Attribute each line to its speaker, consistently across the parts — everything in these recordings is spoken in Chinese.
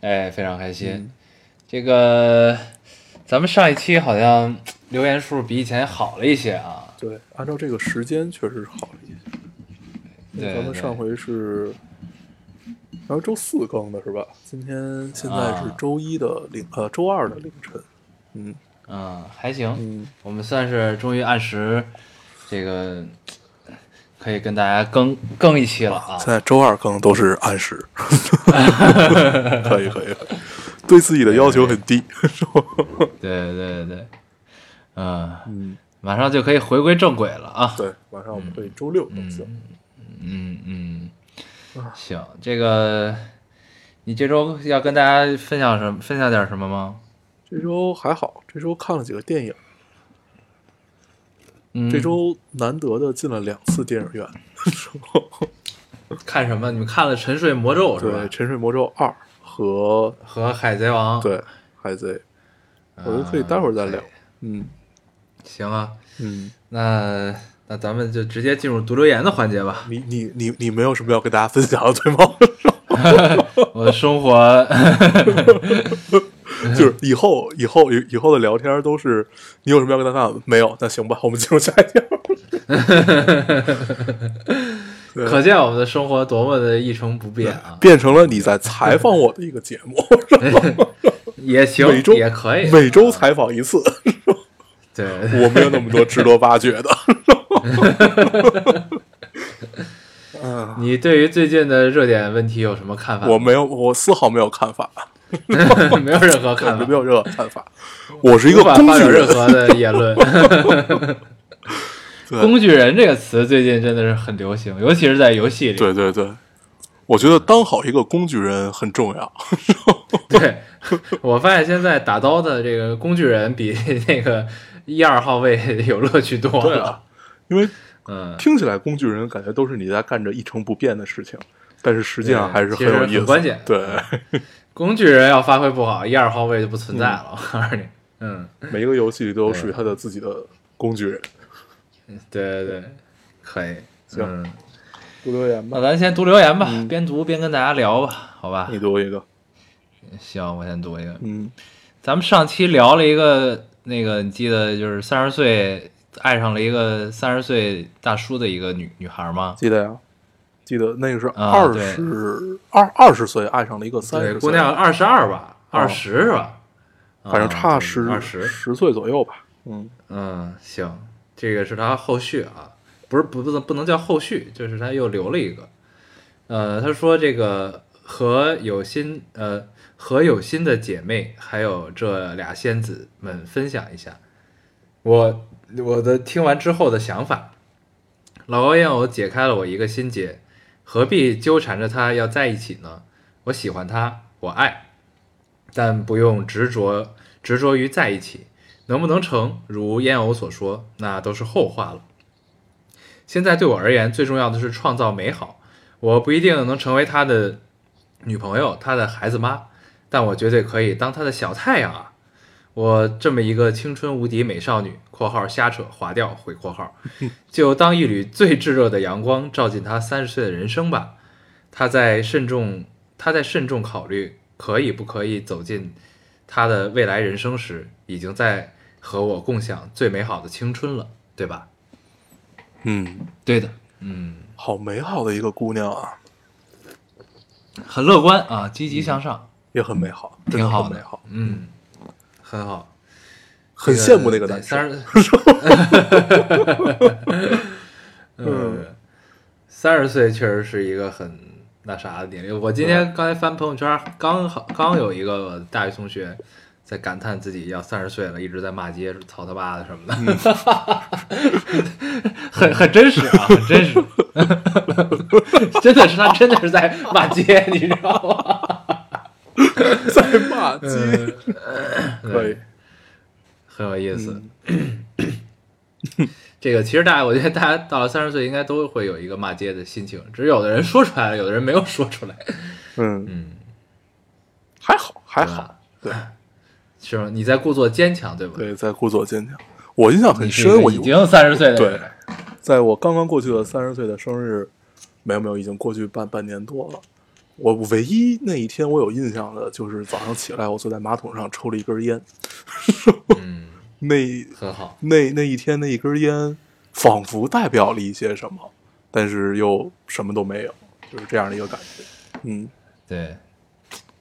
Speaker 1: 哎，非常开心。这个咱们上一期好像留言数比以前好了一些啊，
Speaker 2: 对，按照这个时间确实是好了一些。因为
Speaker 1: 对
Speaker 2: 咱们上回是，然后周四更的是吧？今天现在是
Speaker 1: 啊
Speaker 2: 周一的凌、呃周二的凌晨。嗯
Speaker 1: 嗯，还行，
Speaker 2: 嗯，
Speaker 1: 我们算是终于按时这个可以跟大家更更一期了啊
Speaker 2: 现，在周二更都是按时， 可以可以，可以对自己的要求很低。
Speaker 1: 对对对对，嗯，
Speaker 2: 嗯，
Speaker 1: 马上就可以回归正轨了啊，
Speaker 2: 对，马上我们会周六更新。
Speaker 1: 嗯嗯，
Speaker 2: 啊
Speaker 1: 行，这个你这周要跟大家分享什么？分享点什么吗？
Speaker 2: 这周还好，这周看了几个电影，
Speaker 1: 嗯，
Speaker 2: 这周难得的进了两次电影院。
Speaker 1: 看什么？你们看了《沉睡魔咒》是
Speaker 2: 对，
Speaker 1: 吧
Speaker 2: 《沉睡魔咒二》和
Speaker 1: 和《海贼王》。
Speaker 2: 对《海贼》，
Speaker 1: 嗯，
Speaker 2: 我觉得可以待会儿再聊
Speaker 1: 对。
Speaker 2: 嗯
Speaker 1: 行啊，
Speaker 2: 嗯，
Speaker 1: 那那咱们就直接进入读留言的环节 吧。
Speaker 2: 你你你你没有什么要跟大家分享的对吗？
Speaker 1: 我的生活，
Speaker 2: 就是以后以后以以后的聊天都是你有什么要跟大家分享的？没有，那行吧，我们进入下一条。对
Speaker 1: 可见我们的生活多么的一成不变啊！
Speaker 2: 变成了你在采访我的一个节 目，
Speaker 1: 也行
Speaker 2: 每周，
Speaker 1: 也可以。啊
Speaker 2: 每周采访一次，
Speaker 1: 对，
Speaker 2: 我没有那么多值得挖掘的。嗯，
Speaker 1: 你对于最近的热点问题有什么看法？
Speaker 2: 我没有，我丝毫没有看法。
Speaker 1: 没有任何看
Speaker 2: 我
Speaker 1: 法
Speaker 2: 没，有任何看法。我是一个
Speaker 1: 无法
Speaker 2: 工
Speaker 1: 发
Speaker 2: 具
Speaker 1: 表任
Speaker 2: 人，
Speaker 1: 何的言论。
Speaker 2: 对
Speaker 1: 工具人这个词最近真的是很流行，尤其是在游戏里。
Speaker 2: 对对对，我觉得当好一个工具人很重要。
Speaker 1: 对，我发现现在打刀的这个工具人比那个一二号位有乐趣多
Speaker 2: 对
Speaker 1: 了
Speaker 2: 啊。， 因为
Speaker 1: 嗯，
Speaker 2: 听起来工具人感觉都是你在干着一成不变的事情，但是实际上
Speaker 1: 对
Speaker 2: 还是
Speaker 1: 嗯其
Speaker 2: 很
Speaker 1: 实
Speaker 2: 有
Speaker 1: 很
Speaker 2: 意思的。
Speaker 1: 关键
Speaker 2: 对，
Speaker 1: 工具人要发挥不好，一二号位就不存在了。我告诉你，嗯，
Speaker 2: 每一个游戏里都有属于他的自己的工具人。
Speaker 1: 对对对，可以。
Speaker 2: 行嗯
Speaker 1: 嗯，
Speaker 2: 读留言
Speaker 1: 那
Speaker 2: 吧，
Speaker 1: 咱先读留言吧，边读边跟大家聊吧，好吧
Speaker 2: 你？读一个。
Speaker 1: 行，我先读一个。
Speaker 2: 嗯，
Speaker 1: 咱们上期聊了一个那个，你记得就是三十岁爱上了一个三十岁大叔的一个女女孩吗？
Speaker 2: 记得呀，记得那个是
Speaker 1: 啊
Speaker 2: 二
Speaker 1: 对
Speaker 2: 十二二十岁爱上了一个三十
Speaker 1: 对，
Speaker 2: 岁，
Speaker 1: 姑娘，啊二十二吧，二十是吧？啊
Speaker 2: 反正差十
Speaker 1: 二十。
Speaker 2: 十岁左右吧。嗯，
Speaker 1: 嗯，行，这个是他后续啊，不是不不能不能叫后续，就是他又留了一个，呃，他说这个和有心呃和有心的姐妹还有这俩仙子们分享一下我我的听完之后的想法，老高让我解开了我一个心结，何必纠缠着他要在一起呢？我喜欢他，我爱，但不用执着执着于在一起。能不能成，如烟偶所说，那都是后话了。现在对我而言，最重要的是创造美好。我不一定能成为他的女朋友，他的孩子妈，但我绝对可以当他的小太阳啊！我这么一个青春无敌美少女（ 括号瞎扯，划掉，回括号），就当一缕最炙热的阳光照进他三十岁的人生吧。他在慎重，他在慎重考虑可以不可以走进他的未来人生时，已经在和我共享最美好的青春了，对吧？
Speaker 2: 嗯，
Speaker 1: 对的，嗯，
Speaker 2: 好美好的一个姑娘啊。
Speaker 1: 很乐观啊，积极向上，
Speaker 2: 也很美好，真
Speaker 1: 挺
Speaker 2: 的
Speaker 1: 好
Speaker 2: 很
Speaker 1: 的，
Speaker 2: 美好，
Speaker 1: 嗯，很好，
Speaker 2: 很
Speaker 1: 这
Speaker 2: 羡
Speaker 1: 个
Speaker 2: 慕那个
Speaker 1: 对
Speaker 2: 男生。
Speaker 1: 三十，嗯
Speaker 2: 嗯，
Speaker 1: 三十岁确实是一个很那啥的年龄。我今
Speaker 2: 嗯
Speaker 1: 天刚才翻朋友圈，刚好刚有一个大学同学在感叹自己要三十岁了，一直在骂街，操他妈的什么的，
Speaker 2: 嗯
Speaker 1: 很很真实啊，很真实， 真的是他真的是在骂街，你知道吗？
Speaker 2: 三 骂街，
Speaker 1: 嗯
Speaker 2: 可以，
Speaker 1: 很有意思。
Speaker 2: 嗯
Speaker 1: 这个其实大家，我觉得大家到了三十岁，应该都会有一个骂街的心情，只是有的人说出来了，有的人没有说出来。
Speaker 2: 嗯，
Speaker 1: 嗯，
Speaker 2: 还好 还
Speaker 1: 对
Speaker 2: 好
Speaker 1: 吧，
Speaker 2: 对
Speaker 1: 是吧？你在故作坚强，对吧？啊
Speaker 2: 对，在故作坚强。我印象很
Speaker 1: 你是一
Speaker 2: 深，
Speaker 1: 个
Speaker 2: 我
Speaker 1: 已经三十岁的人
Speaker 2: 对
Speaker 1: 了，，
Speaker 2: 在我刚刚过去的三十岁的生日，没有没有，已经过去半半年多了。我唯一那一天我有印象的就是早上起来，我坐在马桶上抽了一根烟，
Speaker 1: 嗯，
Speaker 2: 那
Speaker 1: 很好。
Speaker 2: 那那一天那一根烟，仿佛代表了一些什么，但是又什么都没有，就是这样的一个感觉。嗯，
Speaker 1: 对，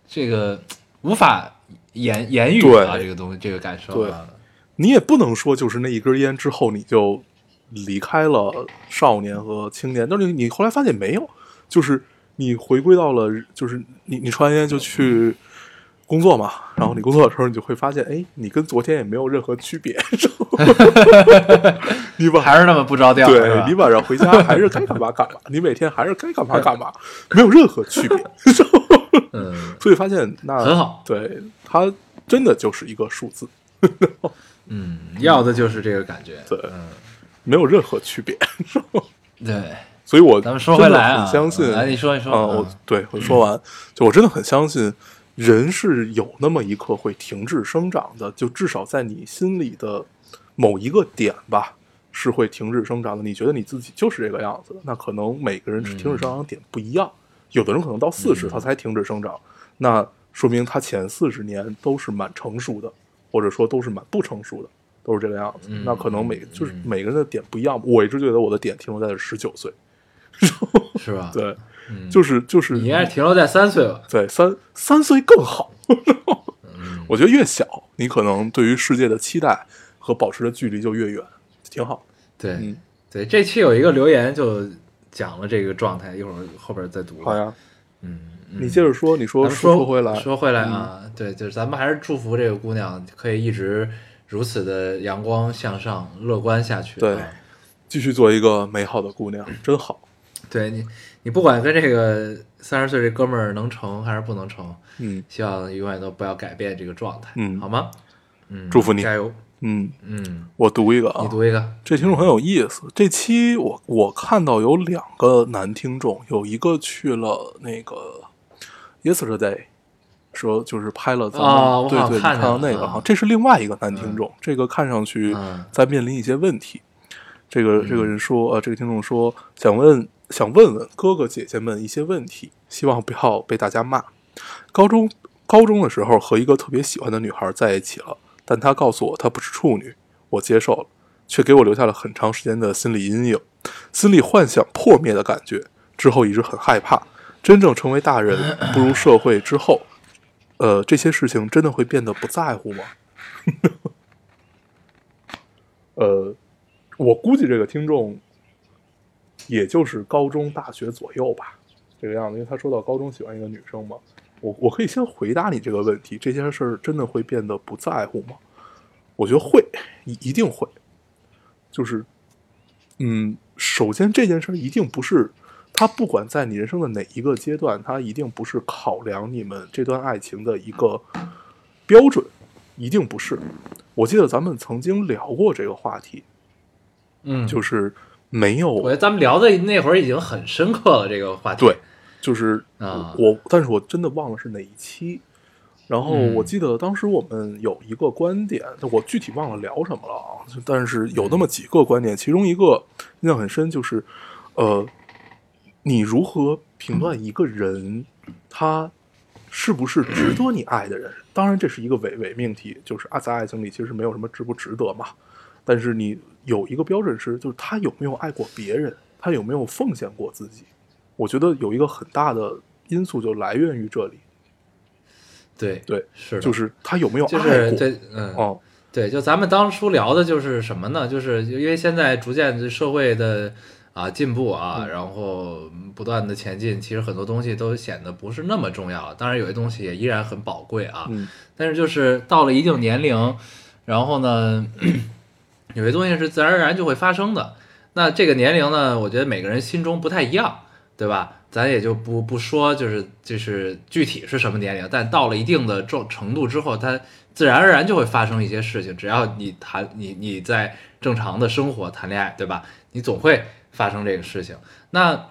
Speaker 1: 这个无法言言语啊，
Speaker 2: 对
Speaker 1: 这个东西，这个感受啊，
Speaker 2: 你也不能说就是那一根烟之后你就离开了少年和青年，但是你后来发现没有，就是你回归到了，就是你你抽完烟就去工作嘛，然后你工作的时候你就会发现，哎，你跟昨天也没有任何区别， 然后你晚
Speaker 1: 还是那么不着调，啊嗯是
Speaker 2: 对
Speaker 1: 吧
Speaker 2: 你晚上回家还是该干嘛干嘛，你每天还是该干嘛 干嘛，没有任何区别，然后
Speaker 1: 嗯
Speaker 2: 所以发现那
Speaker 1: 很好
Speaker 2: 对它真的就是一个数字，
Speaker 1: 嗯，要的就是这个感觉，
Speaker 2: 对
Speaker 1: 嗯
Speaker 2: 没有任何区别。
Speaker 1: 对，
Speaker 2: 所以我
Speaker 1: 咱们说回来啊
Speaker 2: 真的很相信。
Speaker 1: 嗯来你说你说
Speaker 2: 啊，
Speaker 1: 嗯
Speaker 2: 我对我说完，就我真的很相信，人是有那么一刻会停滞生长的，就至少在你心里的某一个点吧，是会停滞生长的。你觉得你自己就是这个样子的，那可能每个人停止生长的点不一样，有的人可能到四十
Speaker 1: 嗯
Speaker 2: 他才停止生长，那说明他前四十年都是蛮成熟的，或者说都是蛮不成熟的。都是这个样子，
Speaker 1: 嗯
Speaker 2: 那可能每就是
Speaker 1: 嗯
Speaker 2: 每个人的点不一样。我一直觉得我的点停留在十九岁，
Speaker 1: 是吧？，
Speaker 2: 对，
Speaker 1: 嗯
Speaker 2: 就是就是
Speaker 1: 你应该是停留在三岁吧，
Speaker 2: 对三三岁更好。
Speaker 1: 嗯，
Speaker 2: 我觉得越小，你可能对于世界的期待和保持的距离就越远，挺好。
Speaker 1: 对、
Speaker 2: 嗯
Speaker 1: 对，这期有一个留言就讲了这个状态，一会儿后边再读，
Speaker 2: 好，呀，
Speaker 1: 嗯，嗯
Speaker 2: 你接着说，你说
Speaker 1: 咱们
Speaker 2: 说回来，嗯
Speaker 1: 说回来啊，对，就是咱们还是祝福这个姑娘可以一直如此的阳光向上、乐观下去、啊。
Speaker 2: 对继续做一个美好的姑娘，真好。
Speaker 1: 对你，你不管跟这个三十岁这哥们儿能成还是不能成，
Speaker 2: 嗯，
Speaker 1: 希望永远都不要改变这个状态，
Speaker 2: 嗯
Speaker 1: 好吗？嗯，
Speaker 2: 祝福你
Speaker 1: 加油。
Speaker 2: 嗯，
Speaker 1: 嗯，
Speaker 2: 我读一个啊，
Speaker 1: 你读一个，嗯
Speaker 2: 这听众很有意思。这期我我看到有两个男听众，有一个去了那个 Yesterday，说就是拍了咱们、
Speaker 1: 啊我
Speaker 2: 对
Speaker 1: 好像
Speaker 2: 对，你
Speaker 1: 看
Speaker 2: 看
Speaker 1: 见
Speaker 2: 到
Speaker 1: 了
Speaker 2: 那
Speaker 1: 啊
Speaker 2: 个哈，这是另外一个男听众，这个看上去
Speaker 1: 嗯
Speaker 2: 在面临一些问题。这个这个人说，呃，这个听众说想问想问问哥哥姐姐们一些问题，希望不要被大家骂。高中高中的时候和一个特别喜欢的女孩在一起了，但她告诉我她不是处女，我接受了，却给我留下了很长时间的心理阴影，心理幻想破灭的感觉。之后一直很害怕，真正成为大人步入社会之后，呃，这些事情真的会变得不在乎吗？呃，我估计这个听众也就是高中、大学左右吧，这个样子。因为他说到高中喜欢一个女生嘛，我我可以先回答你这个问题：这件事儿真的会变得不在乎吗？我觉得会，一一定会。就是，嗯，首先这件事儿一定不是，它不管在你人生的哪一个阶段，它一定不是考量你们这段爱情的一个标准，一定不是。我记得咱们曾经聊过这个话题，
Speaker 1: 嗯，
Speaker 2: 就是没有
Speaker 1: 我觉得咱们聊的那会儿已经很深刻了，这个话题。
Speaker 2: 对，就是
Speaker 1: 啊
Speaker 2: 我，但是我真的忘了是哪一期。然后
Speaker 1: 嗯
Speaker 2: 我记得当时我们有一个观点，我具体忘了聊什么了啊，就但是有那么几个观点，其中一个印象很深，就是，呃，你如何评断一个人，他是不是值得你爱的人？当然，这是一个伪伪命题，就是啊，在爱情里其实没有什么值不值得嘛。但是你有一个标准是，就是他有没有爱过别人，他有没有奉献过自己。我觉得有一个很大的因素就来源于这里，
Speaker 1: 对
Speaker 2: 对，
Speaker 1: 是的，
Speaker 2: 就是他有没有
Speaker 1: 就
Speaker 2: 爱
Speaker 1: 是
Speaker 2: 过。
Speaker 1: 对，嗯，
Speaker 2: 哦，
Speaker 1: 对，就咱们当初聊的就是什么呢？就是因为现在逐渐这社会的啊进步啊，
Speaker 2: 嗯
Speaker 1: 然后不断的前进，其实很多东西都显得不是那么重要了。当然，有些东西也依然很宝贵啊。
Speaker 2: 嗯
Speaker 1: 但是就是到了一定年龄，然后呢， 有些东西是自然而然就会发生的。那这个年龄呢，我觉得每个人心中不太一样，对吧？咱也就不不说，就是就是具体是什么年龄，但到了一定的重程度之后，它自然而然就会发生一些事情。只要你谈你你在正常的生活谈恋爱，对吧？你总会发生这个事情。那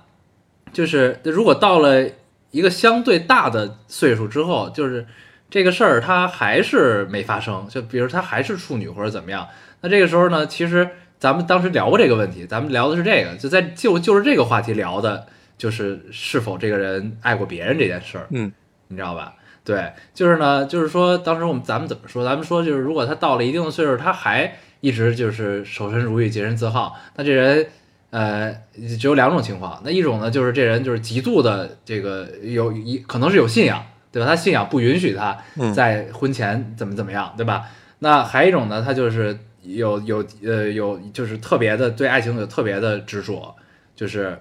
Speaker 1: 就是如果到了一个相对大的岁数之后，就是这个事儿它还是没发生，就比如她还是处女或者怎么样，那这个时候呢，其实咱们当时聊过这个问题，咱们聊的是这个，就在就就是这个话题聊的，就是是否这个人爱过别人这件事儿，
Speaker 2: 嗯
Speaker 1: 你知道吧？对，就是呢，就是说当时我们咱们怎么说？咱们说就是如果他到了一定的岁数，他还一直就是守身如玉、洁身自好，那这人。呃，只有两种情况，那一种呢，就是这人就是极度的这个有一可能是有信仰，对吧？他信仰不允许他
Speaker 2: 嗯
Speaker 1: 在婚前怎么怎么样，对吧？那还有一种呢，他就是有有呃有就是特别的对爱情有特别的执着，就是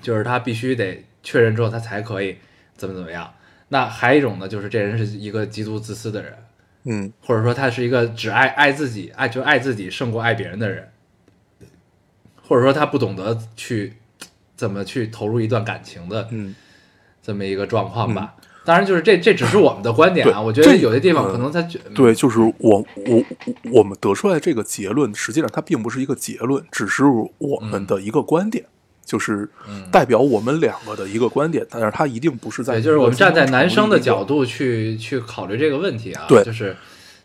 Speaker 1: 就是他必须得确认之后他才可以怎么怎么样。那还有一种呢，就是这人是一个极度自私的人，
Speaker 2: 嗯
Speaker 1: 或者说他是一个只爱爱自己，爱就爱自己胜过爱别人的人，或者说他不懂得去怎么去投入一段感情的
Speaker 2: 嗯，
Speaker 1: 这么一个状况吧。当然，就是这这只是我们的观点啊，
Speaker 2: 对
Speaker 1: 我觉得
Speaker 2: 这
Speaker 1: 有些地方
Speaker 2: 嗯
Speaker 1: 可能他觉、
Speaker 2: 对，就是我我我们得出来这个结论，实际上它并不是一个结论，只是我们的一个观点，就是代表我们两个的一个观点，但是它一定不是在
Speaker 1: 嗯对，就是我们站在男生的角
Speaker 2: 度，
Speaker 1: 度去去考虑这个问题啊，
Speaker 2: 对
Speaker 1: 就是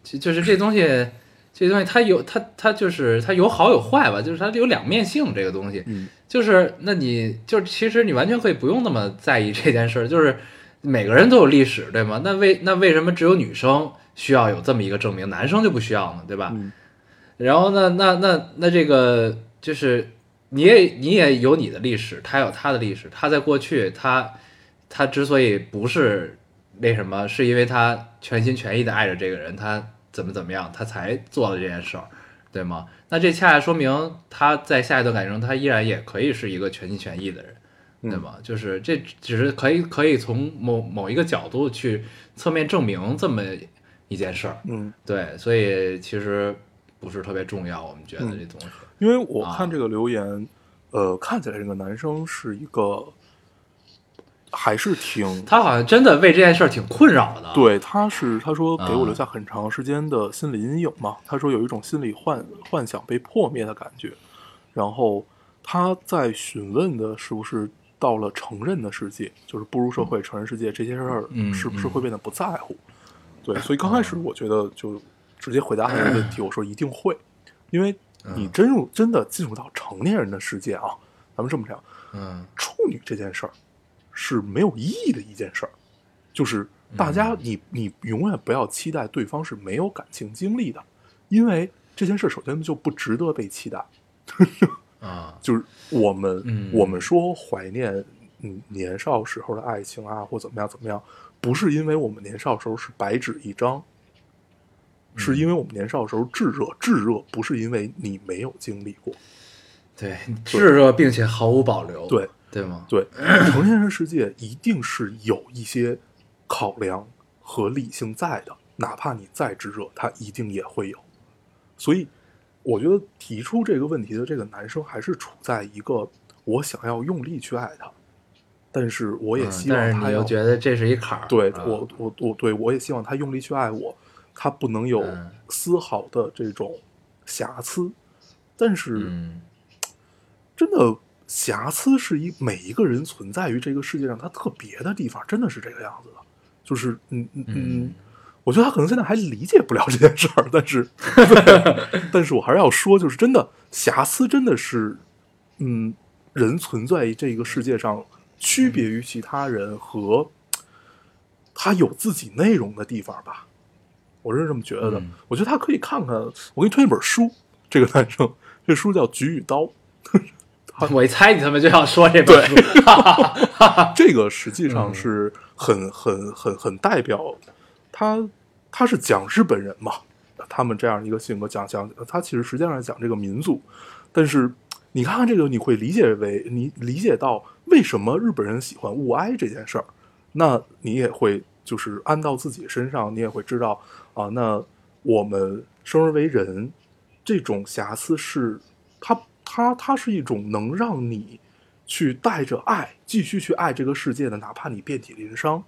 Speaker 1: 就就是这东西，这东西它有它它就是它有好有坏吧，就是它有两面性这个东西，
Speaker 2: 嗯
Speaker 1: 就是那你就是其实你完全可以不用那么在意这件事儿，就是每个人都有历史对吗？那为那为什么只有女生需要有这么一个证明，男生就不需要呢？对吧？
Speaker 2: 嗯
Speaker 1: 然后呢，那那那这个就是你也你也有你的历史，他有他的历史，他在过去他他之所以不是那什么，是因为他全心全意的爱着这个人，他怎么怎么样，他才做了这件事儿，对吗？那这恰恰说明他在下一段感情中，他依然也可以是一个全心全意的人。对吗？就是这只是可以可以从某某一个角度去侧面证明这么一件事儿，
Speaker 2: 嗯，
Speaker 1: 对，所以其实不是特别重要，我们觉得这东西。
Speaker 2: 因为我
Speaker 1: 啊
Speaker 2: 看这个留言，呃，看起来这个男生是一个还是挺
Speaker 1: 他好像真的为这件事儿挺困扰的。，
Speaker 2: 对，他是他说给
Speaker 1: 啊
Speaker 2: 我留下很长时间的心理阴影嘛。他说有一种心理幻幻想被破灭的感觉。然后他在询问的是不是到了成人的世界，就是步入社会、成人世界这些事儿
Speaker 1: 嗯，
Speaker 2: 是不
Speaker 1: 嗯
Speaker 2: 是
Speaker 1: 哦
Speaker 2: 会变得不在乎？对，所以刚开始我觉得就直接回答他这个问题，我说一定会，因为
Speaker 1: 嗯
Speaker 2: 你真入真的进入到成年人的世界啊，咱们这么讲，
Speaker 1: 嗯
Speaker 2: 处女这件事儿是没有意义的一件事儿，就是大家你你永远不要期待对方是没有感情经历的，因为这件事儿首先就不值得被期待。
Speaker 1: 啊，
Speaker 2: 就是我们、
Speaker 1: 嗯
Speaker 2: 我们说怀念嗯年少时候的爱情啊，或怎么样怎么样，不是因为我们年少时候是白纸一张，是因为我们年少时候炙热，炙热不是因为你没有经历过。
Speaker 1: 对，炙热并且毫无保留。
Speaker 2: 对，
Speaker 1: 对吗？
Speaker 2: 对，成年人世界一定是有一些考量和理性在的，哪怕你再炙热，它一定也会有。所以，我觉得提出这个问题的这个男生还是处在一个我想要用力去爱他，但是我
Speaker 1: 我
Speaker 2: 也希
Speaker 1: 嗯但
Speaker 2: 望
Speaker 1: 是
Speaker 2: 他
Speaker 1: 你
Speaker 2: 要、
Speaker 1: 又觉得这是一坎儿。
Speaker 2: 对
Speaker 1: 啊
Speaker 2: 我，我我对我也希望他用力去爱我，他不能有
Speaker 1: 嗯
Speaker 2: 丝毫的这种瑕疵。但是，
Speaker 1: 嗯，
Speaker 2: 真的瑕疵是一每一个人存在于这个世界上他特别的地方，真的是这个样子的。就是嗯嗯嗯
Speaker 1: 嗯，
Speaker 2: 我觉得他可能现在还理解不了这件事儿，但是对但是我还是要说，就是真的瑕疵真的是嗯，人存在于这个世界上，区
Speaker 1: 嗯
Speaker 2: 别于其他人和他有自己内容的地方吧。我是这么觉得的。
Speaker 1: 嗯
Speaker 2: 我觉得他可以看看，我给你推荐本书，这个男生，这书叫《菊与刀》。
Speaker 1: 我一猜你他妈就要说这本书。
Speaker 2: 这个实际上是很很很很代表他，他是讲日本人嘛，他们这样一个性格讲讲，他其实实际上是讲这个民族，但是你看看这个，你会理解为你理解到为什么日本人喜欢物哀这件事儿，那你也会就是安到自己身上，你也会知道啊，那我们生而为人，这种瑕疵是它它它是一种能让你去带着爱继续去爱这个世界的，哪怕你遍体鳞伤，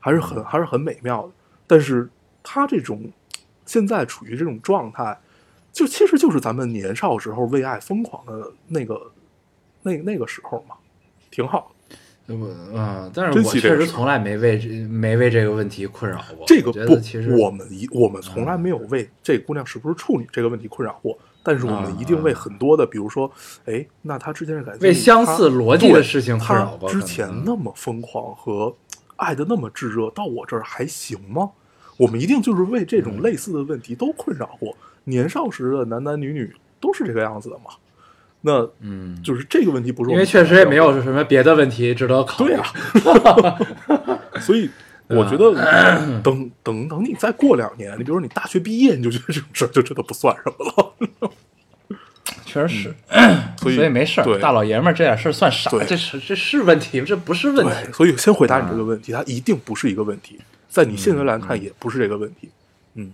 Speaker 2: 还是很还是很美妙的。但是他这种现在处于这种状态，就其实就是咱们年少时候为爱疯狂的那个那那个时候嘛，挺好的。
Speaker 1: 我嗯，但是
Speaker 2: 珍
Speaker 1: 我
Speaker 2: 惜这
Speaker 1: 确
Speaker 2: 个
Speaker 1: 实
Speaker 2: 事儿
Speaker 1: 从来没为这没为这个问题困扰过。
Speaker 2: 这个
Speaker 1: 我觉
Speaker 2: 不
Speaker 1: 得其实，嗯
Speaker 2: 我们一我们从来没有为这姑娘是不是处女这个问题困扰过，但是我们一定为很多的，比如说，哎，那她之前的感情
Speaker 1: 啊为相似
Speaker 2: 她
Speaker 1: 逻辑的
Speaker 2: 对
Speaker 1: 事情困
Speaker 2: 她
Speaker 1: 扰过。
Speaker 2: 之
Speaker 1: 可能
Speaker 2: 前
Speaker 1: 嗯
Speaker 2: 那么疯狂和爱的那么炙热，到我这儿还行吗？我们一定就是为这
Speaker 1: 嗯
Speaker 2: 种类似的问题都困扰过。年少时的男男女女都是这个样子的嘛？那
Speaker 1: 嗯，
Speaker 2: 就是这个问题不是我
Speaker 1: 因为
Speaker 2: 们
Speaker 1: 确实也没
Speaker 2: 困扰
Speaker 1: 有什么别的问题值得考虑。
Speaker 2: 对啊过，所以我觉得等等等你再过两年，你比如说你大学毕业，你就觉得这种事儿就真的不算什么了。
Speaker 1: 确实是，
Speaker 2: 嗯 所以
Speaker 1: 所以没事儿，
Speaker 2: 对
Speaker 1: 大老爷们儿这点事儿算啥
Speaker 2: 对？
Speaker 1: 这是这是问题吗，这不是问
Speaker 2: 对，嗯
Speaker 1: 题。
Speaker 2: 所以先回答你这个问题，它一定不是一个问题，在你现在来看也不是这个问题，嗯，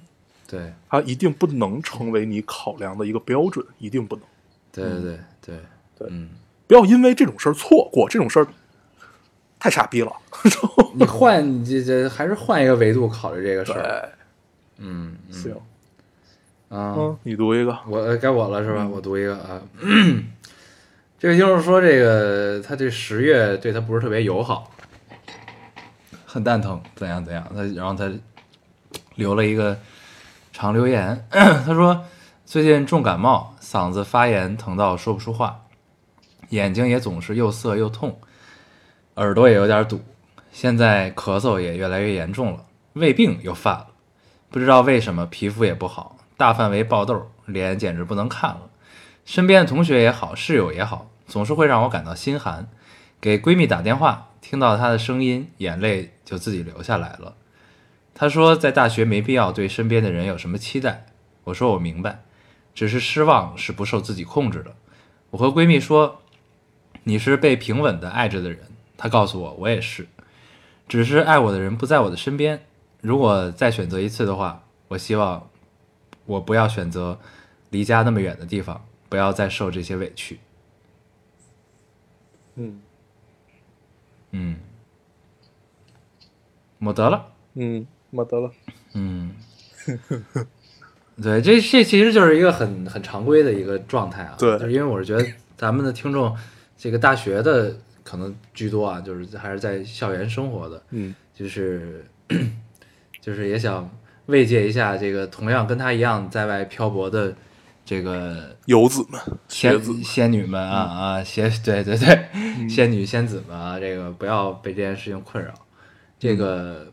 Speaker 1: 对
Speaker 2: 它一定不能成为你考量的一个标准，一定不能。
Speaker 1: 对对对对
Speaker 2: 对
Speaker 1: 嗯，
Speaker 2: 不要因为这种事儿错过，这种事儿太傻逼了。
Speaker 1: 你换你这这还是换一个维度考虑这个事儿。
Speaker 2: 对，
Speaker 1: 嗯嗯
Speaker 2: 行，
Speaker 1: 啊，
Speaker 2: 嗯，你读一个，
Speaker 1: 我呃该我了是吧？我读一个啊，这个就是说这个他这十月对他不是特别友好，很蛋疼，怎样怎样，他然后他留了一个长留言，他说最近重感冒，嗓子发炎疼到说不出话，眼睛也总是又涩又痛，耳朵也有点堵，现在咳嗽也越来越严重了，胃病又犯了。不知道为什么皮肤也不好，大范围爆痘，脸简直不能看了。身边的同学也好，室友也好，总是会让我感到心寒。给闺蜜打电话，听到她的声音，眼泪就自己流下来了。她说在大学没必要对身边的人有什么期待。我说我明白，只是失望是不受自己控制的。我和闺蜜说，你是被平稳的爱着的人。她告诉我，我也是。只是爱我的人不在我的身边。如果再选择一次的话，我希望我不要选择离家那么远的地方，不要再受这些委屈。
Speaker 2: 嗯
Speaker 1: 嗯，没得了。
Speaker 2: 嗯，没得了，
Speaker 1: 嗯，对，这这其实就是一个很很常规的一个状态啊。
Speaker 2: 对
Speaker 1: 就是因为我是觉得咱们的听众，这个大学的可能居多啊，就是还是在校园生活的。
Speaker 2: 嗯
Speaker 1: 就是 就是也想慰藉一下这个同样跟他一样在外漂泊的这个
Speaker 2: 游子们，学
Speaker 1: 仙
Speaker 2: 子们，嗯
Speaker 1: 仙女们啊啊仙对对对、仙女仙子们啊，这个不要被这件事情困扰。
Speaker 2: 嗯
Speaker 1: 这个，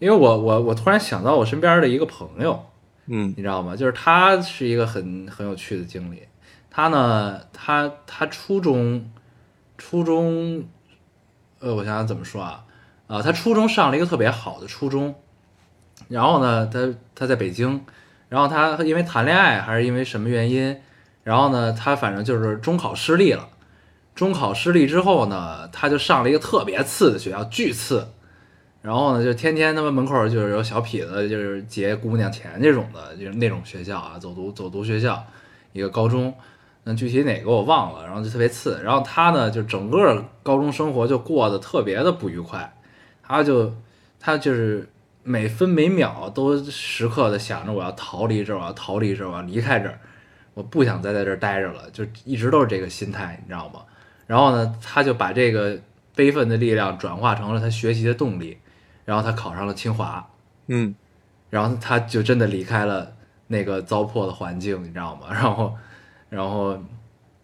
Speaker 1: 因为我我我突然想到我身边的一个朋友，
Speaker 2: 嗯
Speaker 1: 你知道吗？就是他是一个很很有趣的经历。他呢，他他初中初中，呃，我想想怎么说啊？啊、他初中上了一个特别好的初中，然后呢，他他在北京，然后他因为谈恋爱还是因为什么原因，然后呢，他反正就是中考失利了。中考失利之后呢，他就上了一个特别次的学校，巨次。然后呢，就天天他们门口就是有小痞子，就是劫姑娘钱这种的，就是那种学校啊，走读走读学校，一个高中，那具体哪个我忘了，然后就特别次。然后他呢，就整个高中生活就过得特别的不愉快，他就他就是每分每秒都时刻的想着我要逃离这儿，我要逃离这儿，我要离开这儿，我不想再在这儿待着了，就一直都是这个心态，你知道吗？然后呢，他就把这个悲愤的力量转化成了他学习的动力，然后他考上了清华，
Speaker 2: 嗯
Speaker 1: 然后他就真的离开了那个糟粕的环境，你知道吗？ 然后，然后，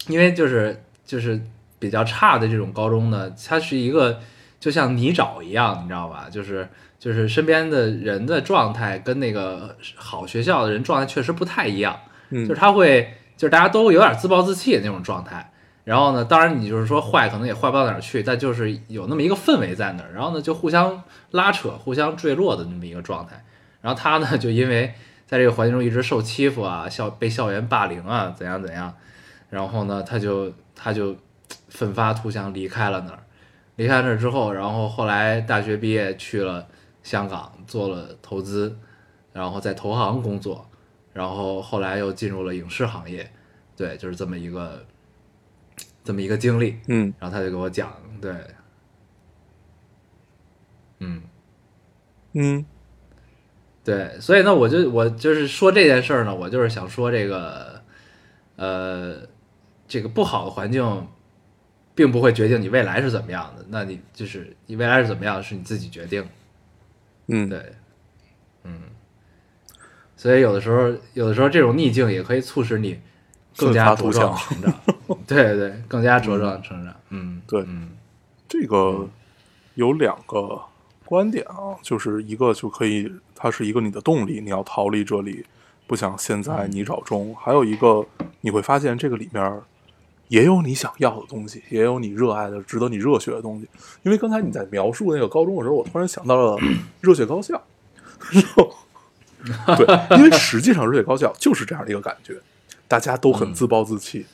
Speaker 1: 因为就是就是比较差的这种高中呢，它是一个就像泥沼一样，你知道吧？就是就是身边的人的状态跟那个好学校的人状态确实不太一样，
Speaker 2: 嗯
Speaker 1: 就是他会就是大家都有点自暴自弃的那种状态。然后呢，当然你就是说坏，可能也坏不到哪儿去，但就是有那么一个氛围在那儿，然后呢就互相拉扯、互相坠落的那么一个状态。然后他呢， 就因为在这个环境中一直受欺负啊，校被校园霸凌啊，怎样怎样，然后呢，他就他就奋发图强离开了那儿，离开那儿之后，然后后来大学毕业去了香港做了投资，然后在投行工作，然后后来又进入了影视行业，对，就是这么一个这么一个经历，
Speaker 2: 嗯，
Speaker 1: 然后他就给我讲，对，嗯，
Speaker 2: 嗯
Speaker 1: 对，所以呢，我就我就是说这件事儿呢，我就是想说这个，呃，这个不好的环境，并不会决定你未来是怎么样的，那你就是你未来是怎么样，是你自己决定的。
Speaker 2: 嗯，
Speaker 1: 对，嗯，所以有的时候，有的时候这种逆境也可以促使你更加茁
Speaker 2: 奋
Speaker 1: 壮
Speaker 2: 发
Speaker 1: 成长。对对，更加茁壮成长。嗯，
Speaker 2: 对
Speaker 1: 嗯
Speaker 2: 这个有两个观点啊，就是一个就可以，它是一个你的动力，你要逃离这里，不想陷在泥沼中；还有一个，你会发现这个里面儿也有你想要的东西，也有你热爱的、值得你热血的东西。因为刚才你在描述那个高中的时候，我突然想 到了热血高校， 然后对，因为实际上热血高校就是这样的一个感觉，大家都很自暴自弃。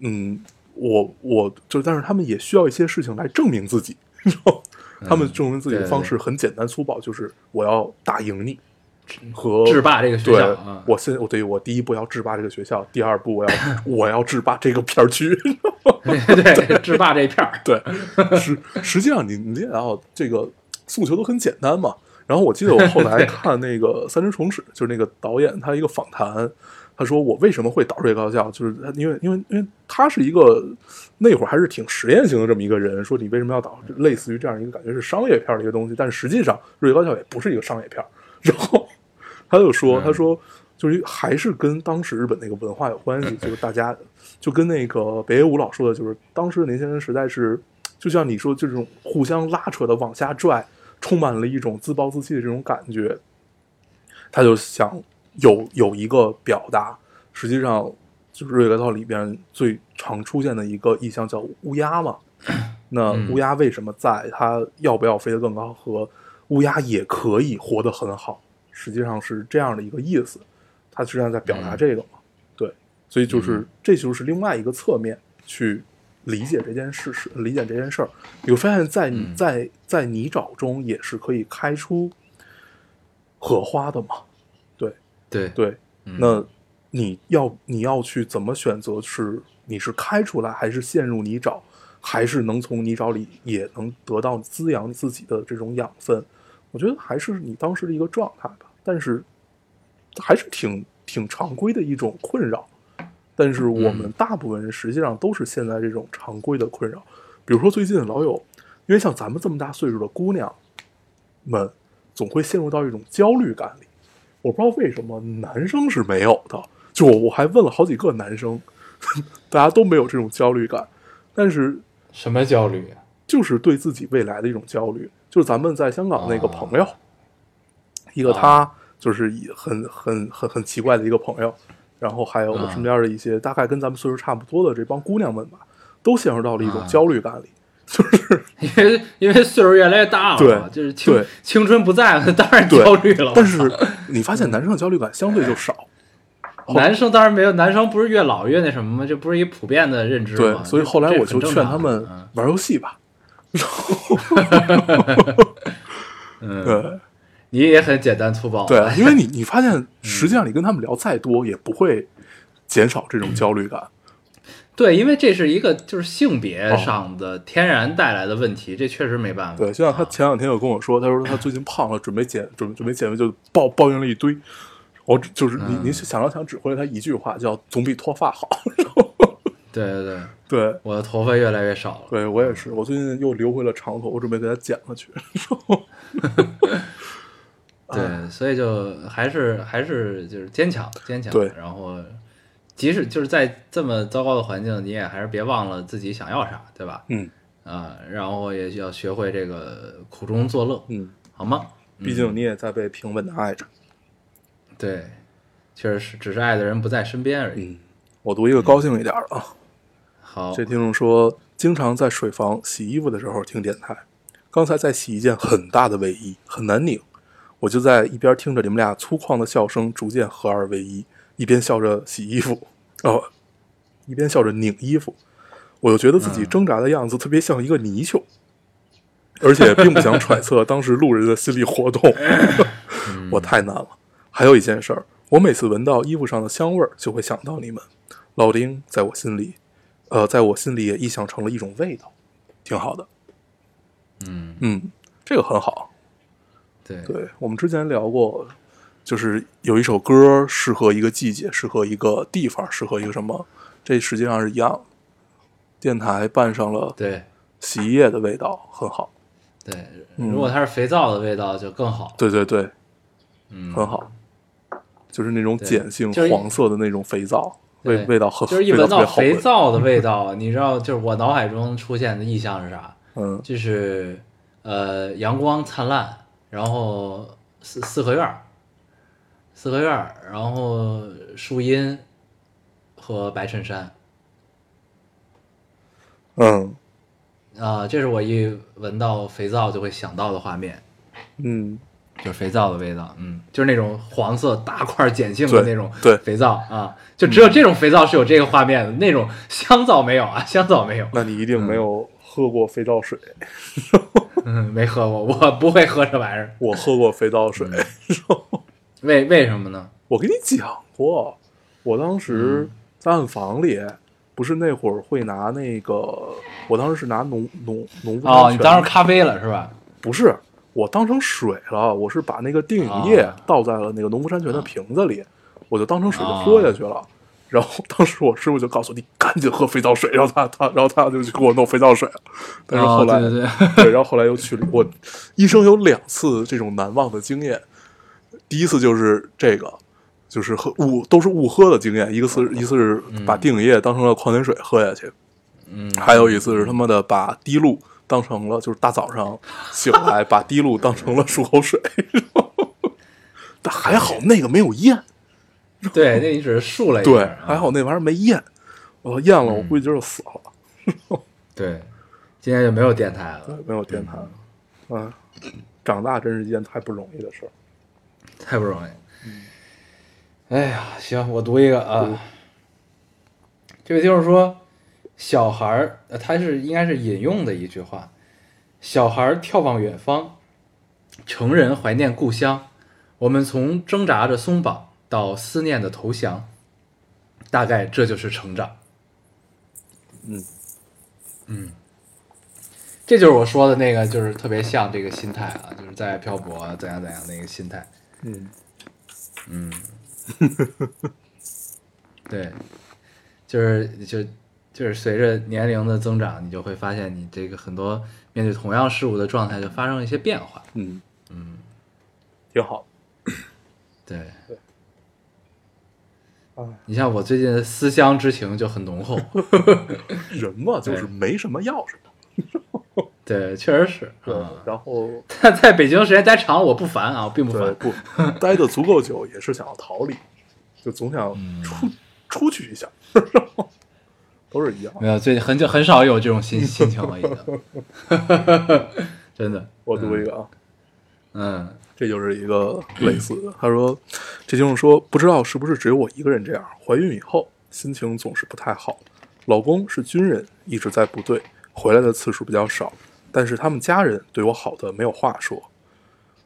Speaker 2: 嗯，我我就，但是他们也需要一些事情来证明自己， 你知道吗他们证明自己的方式很简单粗暴，就是我要打赢你和
Speaker 1: 嗯制霸这个学
Speaker 2: 对
Speaker 1: 校啊，，
Speaker 2: 我现我对我第一步要制霸这个学校，第二步我要 我要制霸这个片儿区。
Speaker 1: 对，制霸这片儿。
Speaker 2: 对， 实实际上你你也要这个诉求都很简单嘛。然后我记得我后来看那个《三只虫齿》，就是那个导演他一个访谈，他说我为什么会导这个高校，就是他因为因为因为他是一个那会儿还是挺实验型的这么一个人，说你为什么要导类似于这样一个感觉是商业片儿的一个东西，但实际上《瑞高校》也不是一个商业片儿。然后他就说，他说就是还是跟当时日本那个文化有关系，就是大家就跟那个北野武老说的，就是当时的年轻人实在是，就像你说这种互相拉扯的往下拽，充满了一种自暴自弃的这种感觉。他就想有有一个表达，实际上就是《瑞格套》里边最常出现的一个意象叫乌鸦嘛。那
Speaker 1: 嗯
Speaker 2: 乌鸦为什么在？它要不要飞得更高？和乌鸦也可以活得很好，实际上是这样的一个意思。它实际上在表达这个嘛，对，所以就是、这就是另外一个侧面去理解这件事实，理解这件事儿。你会发现在你
Speaker 1: 嗯
Speaker 2: 在在泥沼中也是可以开出荷花的嘛，
Speaker 1: 对，
Speaker 2: 对，
Speaker 1: 嗯
Speaker 2: 那你要你要去怎么选择是你是开出来，还是陷入泥沼，还是能从泥沼里也能得到滋养自己的这种养分？我觉得还是你当时的一个状态吧，但是还是挺挺常规的一种困扰。但是我
Speaker 1: 嗯
Speaker 2: 们大部分人实际上都是现在这种常规的困扰，比如说最近老有，因为像咱们这么大岁数的姑娘们，总会陷入到一种焦虑感里。我不知道为什么男生是没有的，就我我还问了好几个男生， 大家都没有这种焦虑感，但是
Speaker 1: 什么焦虑啊？
Speaker 2: 就是对自己未来的一种焦虑。就是咱们在香港那个朋友，一个
Speaker 1: 啊
Speaker 2: 他就是以很很很很奇怪的一个朋友，然后还有我
Speaker 1: 啊
Speaker 2: 身边的一些大概跟咱们岁数差不多的这帮姑娘们吧，都陷入到了一种
Speaker 1: 啊
Speaker 2: 焦虑感里。
Speaker 1: 因为因为岁数越来越大了嘛，
Speaker 2: 对
Speaker 1: 就是青
Speaker 2: 对
Speaker 1: 青春不在了，当然
Speaker 2: 对
Speaker 1: 焦虑了。
Speaker 2: 但是你发现男生的焦虑感相对就少，
Speaker 1: 男生当然没有，男生不是越老越那什么吗？这不是一普遍的认知吗？
Speaker 2: 对，所以后来
Speaker 1: 这
Speaker 2: 我就
Speaker 1: 很正
Speaker 2: 劝
Speaker 1: 常
Speaker 2: 他们
Speaker 1: 嗯
Speaker 2: 玩游戏吧。
Speaker 1: 嗯，
Speaker 2: 对
Speaker 1: 你也很简单粗暴。啊
Speaker 2: 对，啊因为你你发
Speaker 1: 嗯
Speaker 2: 现，实际上你跟他们聊再多，也不会减少这种焦虑感。
Speaker 1: 嗯对，因为这是一个就是性别上的天然带来的问题，这确实没办法。
Speaker 2: 哦对，就像他
Speaker 1: 啊
Speaker 2: 前两天有跟我说，他说他最近胖了，准备减，准准备减肥，就抱抱怨了一堆。我只就是你
Speaker 1: 嗯
Speaker 2: 你想了想，只回了他一句话，叫总比脱发好。
Speaker 1: 对对对，
Speaker 2: 对，
Speaker 1: 我的头发越来越少了。
Speaker 2: 对我也是，我最近又留回了长头，我准备给他剪了去。
Speaker 1: 对，
Speaker 2: 啊
Speaker 1: 所以就还是还是就是坚强坚强。
Speaker 2: 对
Speaker 1: 然后即使就是在这么糟糕的环境，你也还是别忘了自己想要啥，对吧？
Speaker 2: 嗯
Speaker 1: 啊、然后也要学会这个苦中作乐，
Speaker 2: 嗯，
Speaker 1: 好吗？
Speaker 2: 毕竟你也在被平稳的爱着。
Speaker 1: 对，确实是，只是爱的人不在身边而已。
Speaker 2: 嗯，我读一个高兴一点儿的啊。
Speaker 1: 好，
Speaker 2: 这听众说，经常在水房洗衣服的时候听电台，刚才在洗一件很大的卫衣，很难拧，我就在一边听着你们俩粗犷的笑声逐渐合二为一，一边笑着洗衣服，哦，一边笑着拧衣服，我就觉得自己挣扎的样子特别像一个泥鳅，而且并不想揣测当时路人的心理活动，我太难了。还有一件事儿，我每次闻到衣服上的香味儿，就会想到你们，老丁在我心里呃，在我心里也意象成了一种味道，挺好的。
Speaker 1: 嗯，
Speaker 2: 嗯，这个很好。
Speaker 1: 对，
Speaker 2: 对我们之前聊过，就是有一首歌适合一个季节，适合一个地方，适合一个什么，这实际上是一样的。电台拌上了
Speaker 1: 对，
Speaker 2: 洗衣液的味道，很好。
Speaker 1: 对。
Speaker 2: 嗯
Speaker 1: 如果它是肥皂的味道就更好，
Speaker 2: 对对对，
Speaker 1: 嗯，
Speaker 2: 很好，就是那种
Speaker 1: 对
Speaker 2: 碱性
Speaker 1: 就是一
Speaker 2: 黄色的那种肥皂，味
Speaker 1: 对
Speaker 2: 味道很
Speaker 1: 就是一
Speaker 2: 味道
Speaker 1: 闻
Speaker 2: 特别
Speaker 1: 到
Speaker 2: 好
Speaker 1: 肥
Speaker 2: 闻。嗯
Speaker 1: 皂的味道，你知道，就是我脑海中出现的意象是啥？
Speaker 2: 嗯
Speaker 1: 就是呃，阳光灿烂，然后四四合院儿，四合院儿，然后树荫和白衬衫
Speaker 2: 嗯
Speaker 1: 啊、这是我一闻到肥皂就会想到的画面，
Speaker 2: 嗯，
Speaker 1: 就是肥皂的味道，嗯，就是那种黄色大块儿碱性的那
Speaker 2: 对
Speaker 1: 种
Speaker 2: 对
Speaker 1: 肥皂啊，就只有这种肥皂是有这个画面的，那种香皂没有啊，香皂没有，
Speaker 2: 那你一定没有喝过肥皂水，
Speaker 1: 嗯，没喝过，我不会喝这玩意儿，
Speaker 2: 我喝过肥皂
Speaker 1: 嗯
Speaker 2: 水。
Speaker 1: 为为什么呢？
Speaker 2: 我跟你讲过，我当
Speaker 1: 嗯
Speaker 2: 时在暗房里，不是那会儿会拿那个，我当时是拿农农农夫山
Speaker 1: 哦，你
Speaker 2: 泉
Speaker 1: 当时咖啡了是吧？
Speaker 2: 不是我当成水了，我是把那个定影液
Speaker 1: 啊
Speaker 2: 倒在了那个农夫山
Speaker 1: 嗯
Speaker 2: 泉的瓶子
Speaker 1: 哦
Speaker 2: 里，我就当成水就喝下去了。然后当时我师傅就告诉我你赶紧喝肥皂水，然后他他然后他就去给我弄肥皂水了。但是后来、
Speaker 1: 哦、对对对，
Speaker 2: 对，然后后来又去了。我一生有两次这种难忘的经验，第一次就是这个，就是喝误都是误喝的经验，一个是一次是把定影液当成了矿泉水喝下去，
Speaker 1: 嗯，
Speaker 2: 还有一次是他妈的把滴露当成了就是大早上醒来把滴露当成了漱口水， 但还好那个没有咽，
Speaker 1: 对，那你只是竖了一下
Speaker 2: 对
Speaker 1: 啊，
Speaker 2: 还好那玩意儿没咽，我要咽了我估计今儿就死了，
Speaker 1: 对，今天就没有电台了，
Speaker 2: 哎没有电台了，嗯，长大真是一件太不容易的事儿。
Speaker 1: 太不容易。嗯哎呀，行，我读一个啊。这位听众说，小孩儿，呃他是应该是引用的一句话：“小孩儿眺望远方，成人怀念故乡。我们从挣扎着松绑到思念的投降，大概这就是成长。”
Speaker 2: 嗯
Speaker 1: 嗯，这就是我说的那个，就是特别像这个心态啊，就是在漂泊啊怎样怎样的一个心态。
Speaker 2: 嗯
Speaker 1: 嗯，对，就是就就是随着年龄的增长，你就会发现你这个很多面对同样事物的状态就发生了一些变化。
Speaker 2: 嗯，
Speaker 1: 嗯，
Speaker 2: 挺好。
Speaker 1: 对
Speaker 2: 哎。
Speaker 1: 你像我最近的思乡之情就很浓 厚，
Speaker 2: 人嘛，就是没什么钥匙，
Speaker 1: 对，确实是
Speaker 2: 对
Speaker 1: 啊。
Speaker 2: 然后
Speaker 1: 但在北京时间待长了，我不烦啊，我并不
Speaker 2: 对
Speaker 1: 烦。
Speaker 2: 不待的足够久，也是想要逃离，就总想
Speaker 1: 嗯
Speaker 2: 出、出去一下， 都是一样。
Speaker 1: 没有，最近很久很少有这种心心情了，已经。 真的，
Speaker 2: 我读一个啊，
Speaker 1: 嗯，
Speaker 2: 这就是一个类似的。他说，这就是说，不知道是不是只有我一个人这样。怀孕以后，心情总是不太好。老公是军人，一直在部队，回来的次数比较少，但是他们家人对我好的没有话说。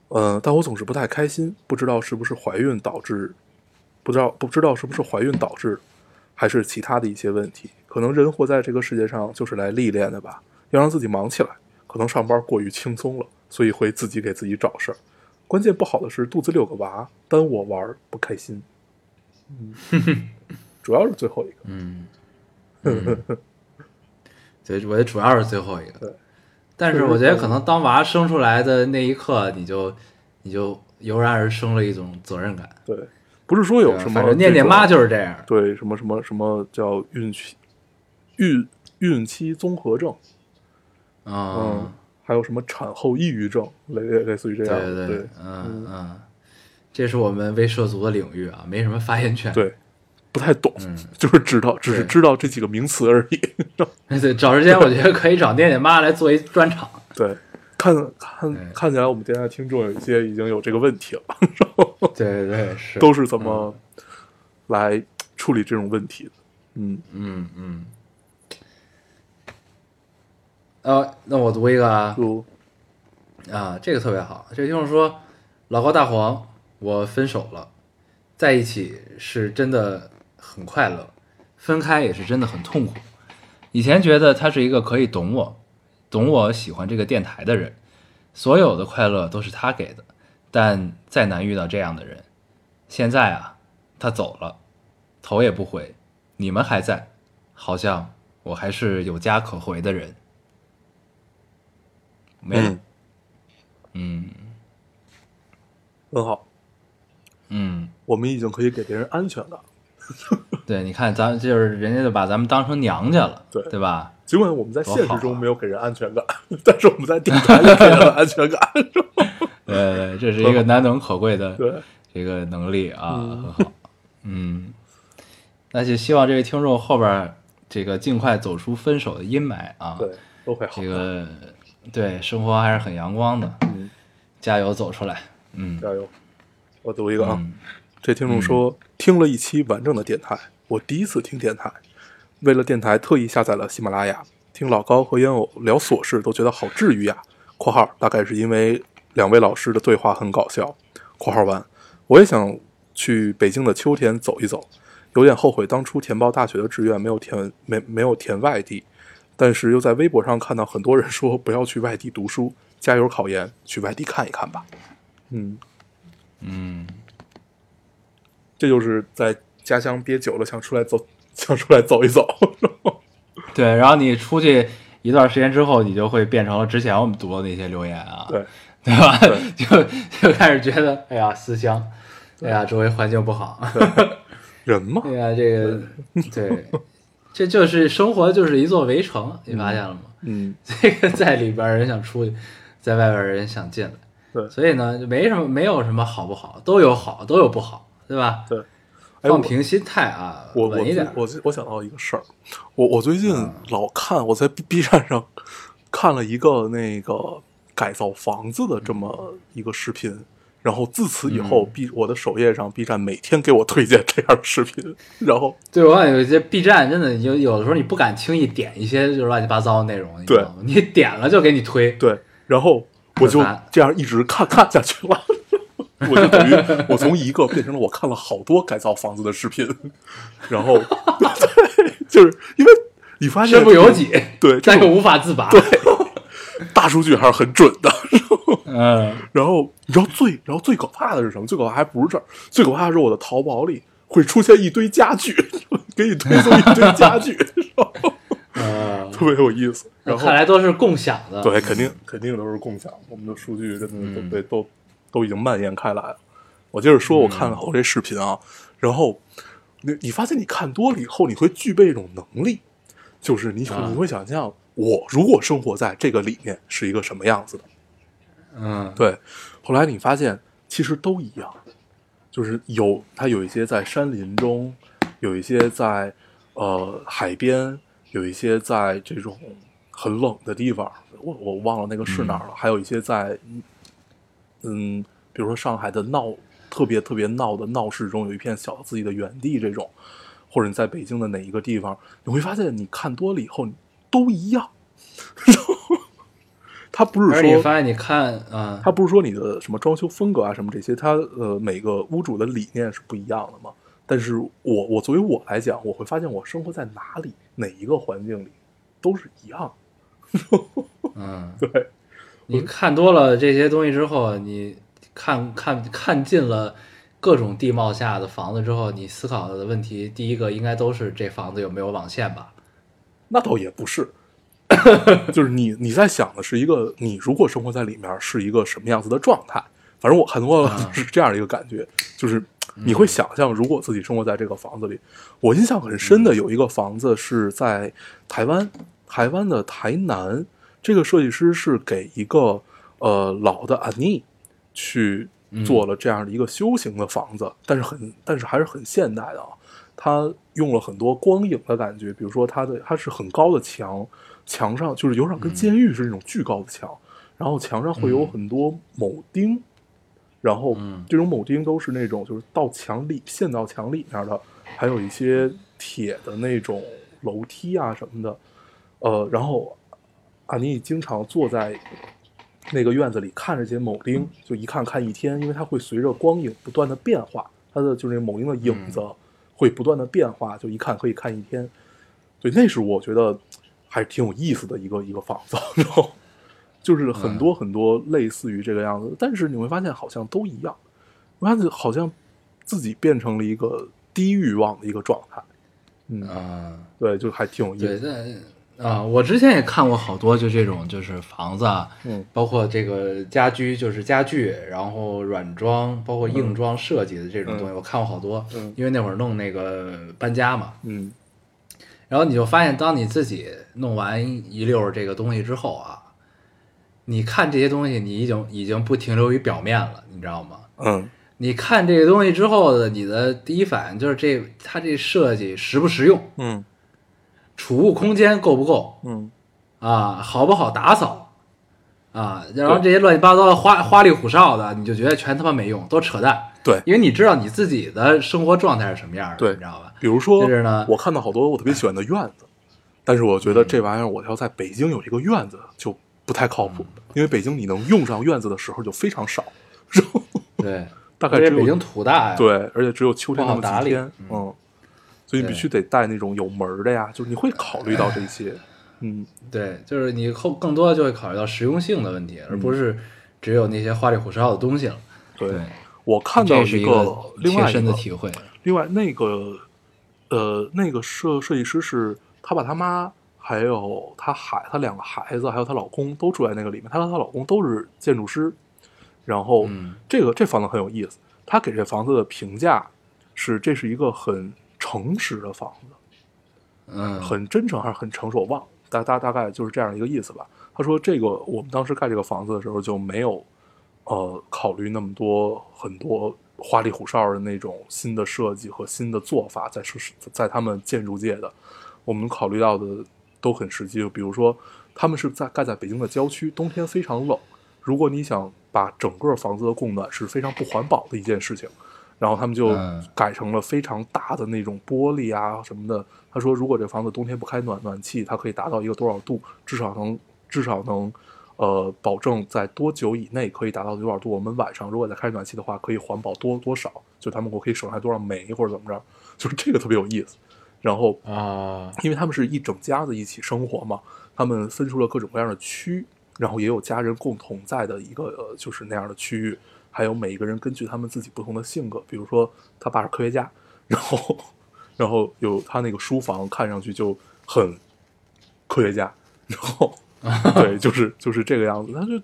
Speaker 2: 呃，但我总是不太开心，不知道是不是怀孕导致，不知道不知道是不是怀孕导致，还是其他的一些问题。可能人活在这个世界上就是来历练的吧，要让自己忙起来。可能上班过于轻松了，所以会自己给自己找事儿。关键不好的是肚子里有个娃，耽误我玩儿不开心。嗯，主要是最后一个，
Speaker 1: 嗯，嗯 对，我觉得主要是最后一
Speaker 2: 对
Speaker 1: 个。但是我觉得可能当娃生出来的那一刻，你就你就油然而生了一种责任感。
Speaker 2: 对，不是说有什么
Speaker 1: 啊反正念念
Speaker 2: 这种
Speaker 1: 妈就是这样。
Speaker 2: 对什么什么什么叫孕期孕孕期综合症，嗯
Speaker 1: 嗯，，
Speaker 2: 还有什么产后抑郁症，类类类似于这
Speaker 1: 对
Speaker 2: 样的，
Speaker 1: 对
Speaker 2: 对，
Speaker 1: 嗯嗯，这是我们微涉足的领域啊，没什么发言权。
Speaker 2: 对，不太懂，
Speaker 1: 嗯，
Speaker 2: 就是知道，只是
Speaker 1: 对
Speaker 2: 知道这几个名词而已。
Speaker 1: 对，找时间我觉得可以找念念妈来做一专 场。
Speaker 2: 对，看
Speaker 1: 哎
Speaker 2: 看看起来我们电台听众有一些已经有这个问题了，
Speaker 1: 对对对，嗯是
Speaker 2: 都是怎么来处理这种问题的。嗯
Speaker 1: 嗯嗯。呃，那我读一个啊，
Speaker 2: 就
Speaker 1: 啊，这个特别好。这个听众说，老高大黄，我分手了，在一起是真的很快乐，分开也是真的很痛苦。以前觉得他是一个可以懂我、懂我喜欢这个电台的人，所有的快乐都是他给的，但再难遇到这样的人。现在啊，他走了，头也不回，你们还在，好像我还是有家可回的人。没了，
Speaker 3: 嗯，
Speaker 1: 嗯
Speaker 2: 很好，
Speaker 1: 嗯，
Speaker 2: 我们已经可以给别人安全感。
Speaker 1: 对，你看，咱们就是人家就把咱们当成娘家了，
Speaker 2: 对
Speaker 1: 对吧？
Speaker 2: 尽管我们在现
Speaker 1: 多好
Speaker 2: 实
Speaker 1: 啊
Speaker 2: 中没有给人安全感， 但是我们在电台里给了 安全感。
Speaker 1: 呃，这是一个难能可贵的
Speaker 2: 对，
Speaker 1: 这个能力啊，
Speaker 2: 嗯
Speaker 1: 很好。嗯，那就希望这位听众后边儿这个尽快走出分手的阴霾啊。
Speaker 2: 对，都会好
Speaker 1: 这。个对生活还是很阳光的，
Speaker 2: 嗯，
Speaker 1: 加油走出来。嗯
Speaker 2: 加油！我读一个啊，
Speaker 1: 嗯
Speaker 2: 这听众说、听了一期完整的电台，我第一次听电台，为了电台特意下载了喜马拉雅，听老高和烟偶聊琐事都觉得好治愈呀。（括号大概是因为两位老师的对话很搞笑。）（括号完）我也想去北京的秋天走一走，有点后悔当初填报大学的志愿没有填没没有填外地，但是又在微博上看到很多人说不要去外地读书，加油考研，去外地看一看吧。嗯，
Speaker 1: 嗯，
Speaker 2: 这就是在家乡憋久了，想出来走，想出来走一走。
Speaker 1: 对。然后你出去一段时间之后，你就会变成了之前我们读的那些留言啊，
Speaker 2: 对，
Speaker 1: 对吧？就就开始觉得，哎呀，思乡，哎呀，周围环境不好，
Speaker 2: 人嘛，
Speaker 1: 对啊呀，这个 对，这就是生活，就是一座围城，你发现了吗？
Speaker 2: 嗯，
Speaker 1: 这个在里边儿人想出去，在外边儿人想进来，
Speaker 2: 对
Speaker 1: 所以呢，就没什么，没有什么好不好，都有好，都有不好，对吧？
Speaker 2: 对。哎，我
Speaker 1: 放平心态啊，
Speaker 2: 我我
Speaker 1: 稳一点儿。嗯
Speaker 2: 我我想到一个事儿，我我最近老看我在 B B 站上看了一个那个改造房子的这么一个视频，然后自此以
Speaker 1: 嗯
Speaker 2: 后 B 我的首页上 B 站每天给我推荐这样的视频，然后
Speaker 1: 对我感觉有些 B 站真的有有的时候你不敢轻易点一些就是乱七八糟的内容，你知道吗？你点了就给你推，
Speaker 2: 对，然后我就
Speaker 1: 很烦
Speaker 2: 这样一直看看下去了。 我就等于我从一个变成了我看了好多改造房子的视频，然后对，就是因为你发现
Speaker 1: 身不由己，
Speaker 2: 对这
Speaker 1: 但又
Speaker 2: 种
Speaker 1: 无法自拔。
Speaker 2: 大数据还是很准的。
Speaker 1: 嗯，
Speaker 2: 然后你知道最然后最可怕的是什么？最可怕还不是这儿，最可怕的是我的淘宝里会出现一堆家具， 给你推送一堆家具， 然后
Speaker 1: 呃，
Speaker 2: 特别有意思。然后
Speaker 1: 看来都是共享的。嗯
Speaker 2: 对，肯定肯定都是共享，我们的数据真的都被、都都已经蔓延开来了。我接着说，我看了我这视频啊，然后你你发现你看多了以后，你会具备一种能力，就是你会、
Speaker 1: 啊
Speaker 2: 你会想象我如果生活在这个里面是一个什么样子的。
Speaker 1: 嗯，
Speaker 2: 对，后来你发现其实都一样，就是有它有一些在山林中，有一些在呃海边，有一些在这种很冷的地方，我我忘了那个是哪儿了，还有一些在嗯，比如说上海的闹特别特别闹的闹市中，有一片小自己的园地这种，或者你在北京的哪一个地方，你会发现你看多了以后你都一样。 他不是
Speaker 1: 而
Speaker 2: 说
Speaker 1: 且你发现你看啊，
Speaker 2: 它不是说你的什么装修风格啊什么这些，它呃每个屋主的理念是不一样的嘛。但是我我作为我来讲，我会发现我生活在哪里哪一个环境里都是一样。
Speaker 1: 嗯，
Speaker 2: 对，
Speaker 1: 你看多了这些东西之后，你看看看尽了各种地貌下的房子之后，你思考的问题，第一个应该都是这房子有没有网线吧？
Speaker 2: 那倒也不是，就是你你在想的是一个你如果生活在里面是一个什么样子的状态。反正我看多了
Speaker 1: 啊
Speaker 2: 是这样一个感觉，就是你会想象如果自己生活在这个房子里。我印象很深的有一个房子是在台湾，台湾的台南，这个设计师是给一个呃老的阿尼去做了这样的一个修行的房子，但是很但是还是很现代的啊。它用了很多光影的感觉，比如说它的它是很高的墙，墙上就是有点跟监狱是那种巨高的墙，然后墙上会有很多铆钉，然后
Speaker 1: 嗯
Speaker 2: 这种铆钉都是那种就是到墙里陷到墙里面的，还有一些铁的那种楼梯啊什么的，呃，然后阿妮经常坐在那个院子里看这些铆钉，就一看看一天，因为它会随着光影不断的变化，它的就是那铆钉的影子会不断的变化，就一看可以看一天。对，那是我觉得还是挺有意思的一个一个仿造， 然后就是
Speaker 1: 嗯
Speaker 2: 很多很多类似于这个样子，但是你会发现好像都一样，我发现好像自己变成了一个低欲望的一个状态，嗯，
Speaker 1: 啊，
Speaker 2: 对，就还挺有意
Speaker 1: 对，
Speaker 2: 思，
Speaker 1: 但啊，我之前也看过好多，就这种就是房子啊，
Speaker 2: 嗯
Speaker 1: 包括这个家居，就是家具，然后软装，包括硬装设计的这种东西，
Speaker 2: 嗯
Speaker 1: 我看过好多。
Speaker 2: 嗯
Speaker 1: 因为那会儿弄那个搬家嘛，
Speaker 2: 嗯
Speaker 1: 然后你就发现，当你自己弄完一溜儿这个东西之后啊，你看这些东西，你已经已经不停留于表面了，你知道吗？
Speaker 2: 嗯
Speaker 1: 你看这个东西之后的，你的第一反应就是这它这设计实不实用，
Speaker 2: 嗯
Speaker 1: 储物空间够不够，
Speaker 2: 嗯，
Speaker 1: 啊，好不好打扫啊，然后这些乱七八糟的花花里胡哨的，你就觉得全他妈没用，都扯淡。
Speaker 2: 对
Speaker 1: 因为你知道你自己的生活状态是什么样的，
Speaker 2: 对
Speaker 1: 你知道吧？
Speaker 2: 比如说
Speaker 1: 就是呢嗯
Speaker 2: 我看到好多我特别喜欢的院子，但是我觉得这玩意儿我要在北京有一个院子就不太靠谱，
Speaker 1: 嗯
Speaker 2: 因为北京你能用上院子的时候就非常少，然后
Speaker 1: 对，
Speaker 2: 大概
Speaker 1: 因为
Speaker 2: 只有
Speaker 1: 北京土大呀，，
Speaker 2: 对，而且只有秋天那
Speaker 1: 不好
Speaker 2: 么几天
Speaker 1: 打理，
Speaker 2: 嗯，所以你必须得带那种有门儿的呀，就是你会考虑到这些，嗯，
Speaker 1: 对，就是你后更多就会考虑到实用性的问题，而
Speaker 2: 嗯
Speaker 1: 不是只有那些花里胡哨的东西了。
Speaker 2: 对
Speaker 1: 对，
Speaker 2: 我看到
Speaker 1: 这是
Speaker 2: 一
Speaker 1: 个
Speaker 2: 另
Speaker 1: 切
Speaker 2: 外一
Speaker 1: 身的
Speaker 2: 个，
Speaker 1: 体会。
Speaker 2: 另外那个，呃，那个设设计师是他把他妈还有他孩他两个孩子还有她老公都住在那个里面，她和她老公都是建筑师，然后
Speaker 1: 嗯
Speaker 2: 这个这房子很有意思，他给这房子的评价是这是一个很诚实的房子。
Speaker 1: 嗯，
Speaker 2: 很真诚还是很成熟，我忘了，大大大概就是这样一个意思吧。他说这个我们当时盖这个房子的时候就没有呃考虑那么多很多花里胡哨的那种新的设计和新的做法在是在他们建筑界的，我们考虑到的都很实际，就比如说他们是在盖在北京的郊区，冬天非常冷，如果你想把整个房子的供暖是非常不环保的一件事情。然后他们就
Speaker 1: 嗯
Speaker 2: 改成了非常大的那种玻璃啊什么的。他说，如果这房子冬天不开暖暖气，它可以达到一个多少度，至少能至少能呃保证在多久以内可以达到多少呃度。我们晚上如果再开暖气的话，可以环保多多少，就他们我可以省下多少煤或者怎么着，就是这个特别有意思。然后
Speaker 1: 啊，
Speaker 2: 因为他们是一整家子一起生活嘛，他们分出了各种各样的区，然后也有家人共同在的一个、呃、就是那样的区域，还有每一个人根据他们自己不同的性格，比如说他爸是科学家， 然后然后有他那个书房看上去就很科学家，然后对，就是就是这个样子，他就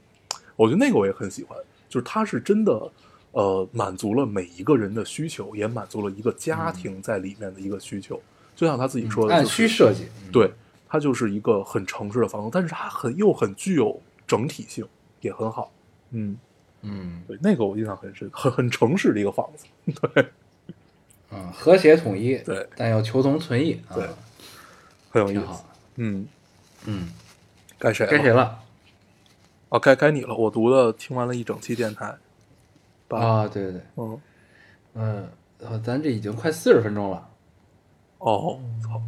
Speaker 2: 我觉得那个我也很喜欢，就是他是真的。呃，满足了每一个人的需求，也满足了一个家庭在里面的一个需求。就像他自己说的，
Speaker 1: 按
Speaker 2: 就
Speaker 1: 需
Speaker 2: 是
Speaker 1: 设计，嗯
Speaker 2: 对，它就是一个很城市的房子，但是它很又很具有整体性，也很好。嗯，
Speaker 1: 嗯
Speaker 2: 对，那个我印象很深，很很城市的一个房子。
Speaker 1: 啊，和谐统一，
Speaker 2: 对，
Speaker 1: 但要求同存异，啊
Speaker 2: 对，很有意
Speaker 1: 挺
Speaker 2: 思
Speaker 1: 好。。
Speaker 2: 嗯，
Speaker 1: 嗯，
Speaker 2: 该谁了？
Speaker 1: 该谁了？
Speaker 2: 啊，该该你了。我读的听完了一整期电台。吧
Speaker 1: 啊，对对对。
Speaker 2: 嗯，
Speaker 1: 嗯，呃咱这已经快四十分钟了，
Speaker 2: 哦，操，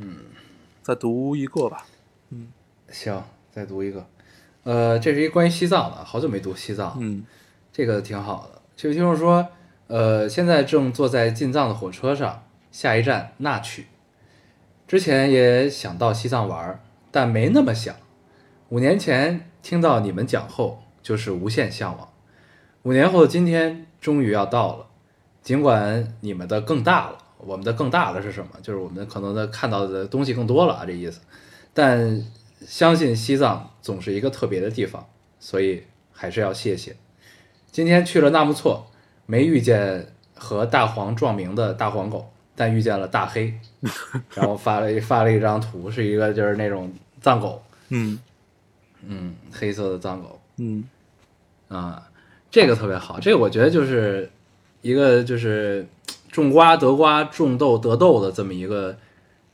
Speaker 1: 嗯
Speaker 2: 再读一个吧。嗯
Speaker 1: 行，再读一个。呃，这是一关于西藏的，好久没读西藏，
Speaker 2: 嗯
Speaker 1: 这个挺好的。这位听众说，呃，现在正坐在进藏的火车上，下一站纳曲。之前也想到西藏玩儿，但没那么想。五年前听到你们讲后，就是无限向往。五年后的今天，终于要到了。尽管你们的更大了，我们的更大了是什么？就是我们可能的看到的东西更多了啊，这意思。但相信西藏总是一个特别的地方，所以还是要谢谢。今天去了纳木错，没遇见和大黄撞名的大黄狗，但遇见了大黑，然后发了一发了一张图，是一个就是那种藏狗，
Speaker 2: 嗯
Speaker 1: 嗯，黑色的藏狗
Speaker 2: 嗯
Speaker 1: 啊，这个特别好，这个我觉得就是一个就是种瓜得瓜，种豆得豆的这么一个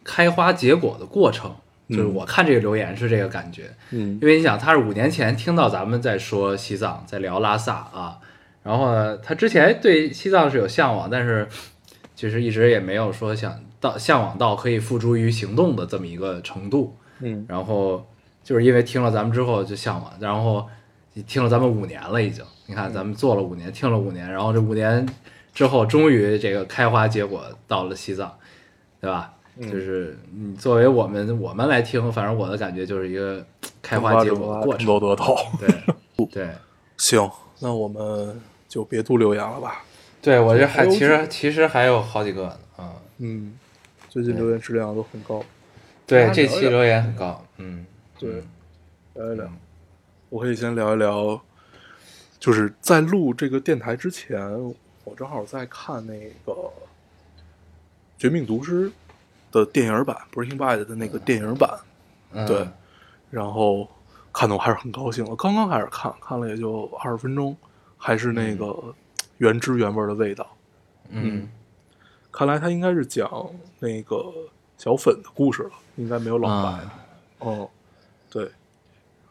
Speaker 1: 开花结果的过程，就是我看这个留言是这个感觉，
Speaker 2: 嗯
Speaker 1: 因为你想，他是五年前听到咱们在说西藏，在聊拉萨啊，然后呢，他之前对西藏是有向往，但是其实一直也没有说想到向往到可以付诸于行动的这么一个程度。
Speaker 2: 嗯
Speaker 1: 然后就是因为听了咱们之后就向往，然后听了咱们五年了已经，你看咱们做了五年，听了五年，然后这五年之后终于这个开花结果到了西藏，对吧？
Speaker 2: 嗯
Speaker 1: 就是你作为我们我们来听，反正我的感觉就是一个开花结果的过程。
Speaker 2: 多得头。
Speaker 1: 对对
Speaker 2: 行，那我们就别读留言了吧。
Speaker 1: 对，我这还其实其实还有好几个呢啊。
Speaker 2: 嗯，最近留言质量都很高。
Speaker 1: 对，
Speaker 2: 大家
Speaker 1: 这
Speaker 2: 聊
Speaker 1: 期
Speaker 2: 聊
Speaker 1: 留言很高，嗯，
Speaker 2: 对，聊一聊
Speaker 1: 嗯，
Speaker 2: 我可以先聊一聊，就是在录这个电台之前，我正好在看那个《绝命毒师》的电影版《Breaking Bad》的那个电影版，
Speaker 1: 嗯
Speaker 2: 对然后看的我还是很高兴。我刚刚开始看，看了也就二十分钟，还是那个原汁原味的味道。
Speaker 1: 嗯
Speaker 2: 看来他应该是讲那个小粉的故事了，应该没有老白了。
Speaker 1: 啊，
Speaker 2: 哦，对，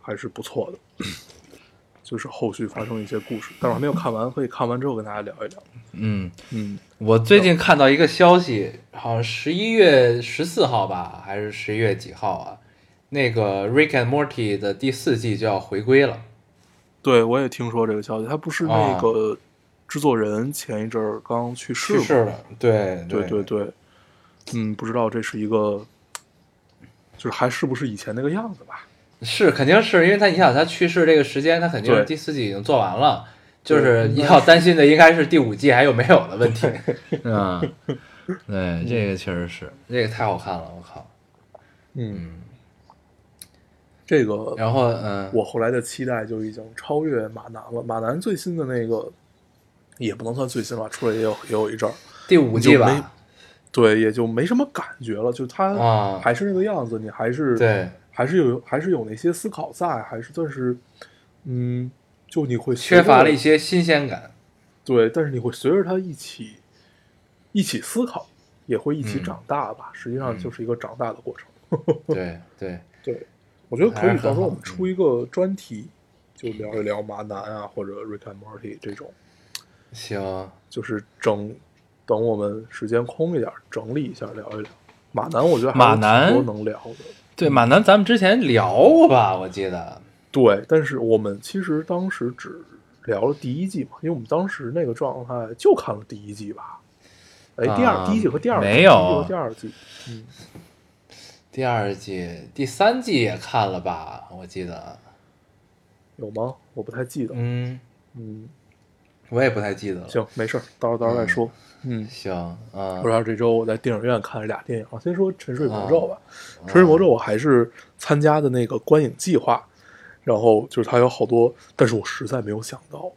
Speaker 2: 还是不错的。 就是后续发生一些故事，但是我还没有看完，可以看完之后跟大家聊一聊。
Speaker 1: 嗯，
Speaker 2: 嗯，
Speaker 1: 我最近看到一个消息，好像十一月十四号吧，还是十一月几号啊？那个《Rick and Morty》的第四季就要回归了。
Speaker 2: 对，我也听说这个消息，他不是
Speaker 1: 啊
Speaker 2: 那个制作人前一阵儿刚去世
Speaker 1: 去
Speaker 2: 吗？
Speaker 1: 世了，对
Speaker 2: 对
Speaker 1: 对
Speaker 2: 对对，嗯，不知道这是一个，就是还是不是以前那个样子吧？
Speaker 1: 是肯定是因为他，你想他去世这个时间，他肯定是
Speaker 2: 对
Speaker 1: 第四季已经做完了，就是要担心的应该是第五季还有没有的问题。 嗯，对，这个确实是，这个太好看了，我靠。
Speaker 2: 嗯，这个
Speaker 1: 然后嗯，
Speaker 2: 我后来的期待就已经超越马南了。马南最新的那个也不能算最新吧，出来也有也有一阵儿，
Speaker 1: 第五季
Speaker 2: 你就没
Speaker 1: 吧，
Speaker 2: 对，也就没什么感觉了。就
Speaker 1: 啊
Speaker 2: 它还是那个样子，你还是
Speaker 1: 对，
Speaker 2: 还是有还是有那些思考在，还是算是嗯，就你会随
Speaker 1: 缺
Speaker 2: 着
Speaker 1: 乏了一些新鲜感。
Speaker 2: 对，但是你会随着它一起一起思考，也会一起
Speaker 1: 嗯
Speaker 2: 长大吧。实际上
Speaker 1: 嗯
Speaker 2: 就是一个长大的过程。
Speaker 1: 对对，
Speaker 2: 对，我觉得可
Speaker 1: 还
Speaker 2: 以，
Speaker 1: 是很
Speaker 2: 到时候我
Speaker 1: 好
Speaker 2: 们出一个专题，就聊一聊马南啊，或者 Rick and Morty 这种，
Speaker 1: 行，
Speaker 2: 就是整等我们时间空一点，整理一下聊一聊。马南，我觉得还
Speaker 1: 马
Speaker 2: 有挺
Speaker 1: 南
Speaker 2: 多能聊的。
Speaker 1: 对马南，咱们之前聊过吧？我记得，
Speaker 2: 对，但是我们其实当时只聊了第一季嘛，因为我们当时那个状态就看了第一季吧。哎，第二、
Speaker 1: 啊
Speaker 2: 第一季和第二季
Speaker 1: 没有
Speaker 2: 第一季和第二季，嗯，
Speaker 1: 第二季、第三季也看了吧？我记得，
Speaker 2: 有吗？我不太记得。
Speaker 1: 嗯，
Speaker 2: 嗯，
Speaker 1: 我也不太记得了。
Speaker 2: 行，没事儿，到时候到时候再说。嗯，
Speaker 1: 行，啊
Speaker 2: 不知，道这周我在电影院看了俩电影，先说《沉睡魔咒》吧。
Speaker 1: 啊
Speaker 2: 沉睡魔咒》我还是参加的那个观影计划，然后就是它有好多，但是我实在没有想到，《